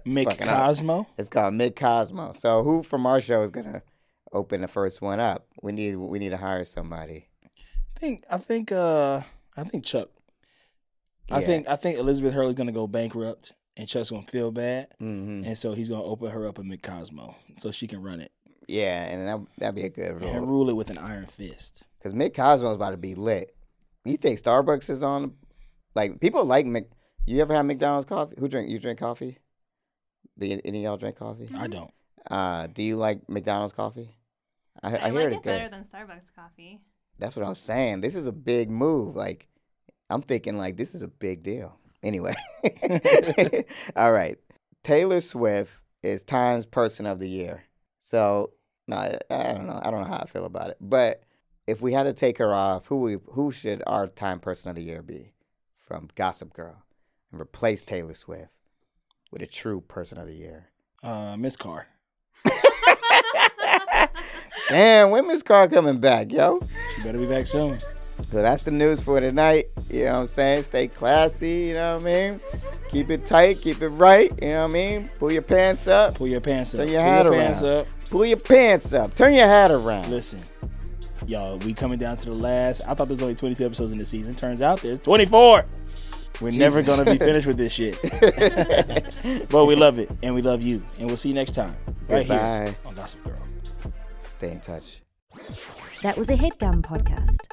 Speaker 4: Mick
Speaker 5: fucking up.
Speaker 4: Cosmo.
Speaker 5: It's called Mid Cosmo. So who from our show is gonna open the first one up? We need we need to hire somebody.
Speaker 4: I think I think uh I think Chuck. I
Speaker 5: Yeah.
Speaker 4: think I think Elizabeth Hurley's gonna go bankrupt and Chuck's gonna feel bad.
Speaker 5: Mm-hmm.
Speaker 4: And so he's gonna open her up a McCosmo so she can run it
Speaker 5: Yeah, and that that'd be a good
Speaker 4: and
Speaker 5: rule
Speaker 4: rule it with an iron fist.
Speaker 5: because Mid Cosmo's about to be lit. You think Starbucks is on? Like people like Mc. You ever have McDonald's coffee? Who drink? You drink coffee? Do y- any of y'all drink coffee?
Speaker 4: I don't.
Speaker 5: Uh, do you like McDonald's coffee? I, I,
Speaker 6: I,
Speaker 5: hear
Speaker 6: like
Speaker 5: it's
Speaker 6: it
Speaker 5: good.
Speaker 6: better than Starbucks coffee.
Speaker 5: That's what I'm saying. This is a big move. Like, I'm thinking like this is a big deal. Anyway, all right. Taylor Swift is Times Person of the Year. So no, I, I don't know. I don't know how I feel about it. But if we had to take her off, who we, who should our Time Person of the Year be from Gossip Girl and replace Taylor Swift with a true Person of the Year?
Speaker 4: Uh Miss Carr.
Speaker 5: Damn, when Miss Carr coming back, yo?
Speaker 4: She better be back soon.
Speaker 5: So that's the news for tonight. You know what I'm saying? Stay classy, you know what I mean? Keep it tight, keep it right, you know what I mean? Pull your pants up.
Speaker 4: Pull your pants up.
Speaker 5: Turn your
Speaker 4: Pull
Speaker 5: hat
Speaker 4: your
Speaker 5: around.
Speaker 4: pants up.
Speaker 5: Pull your pants up. Turn your hat around.
Speaker 4: Listen. Y'all, we coming down to the last. I thought there was only 22 episodes in the season. Turns out there's 24. We're never
Speaker 5: Jesus.
Speaker 4: gonna be finished with this shit. but we love it and we love you. And we'll see you next time. Right
Speaker 5: Goodbye.
Speaker 4: here on Gossip Girl.
Speaker 5: Stay in touch.
Speaker 1: That was a headgum podcast.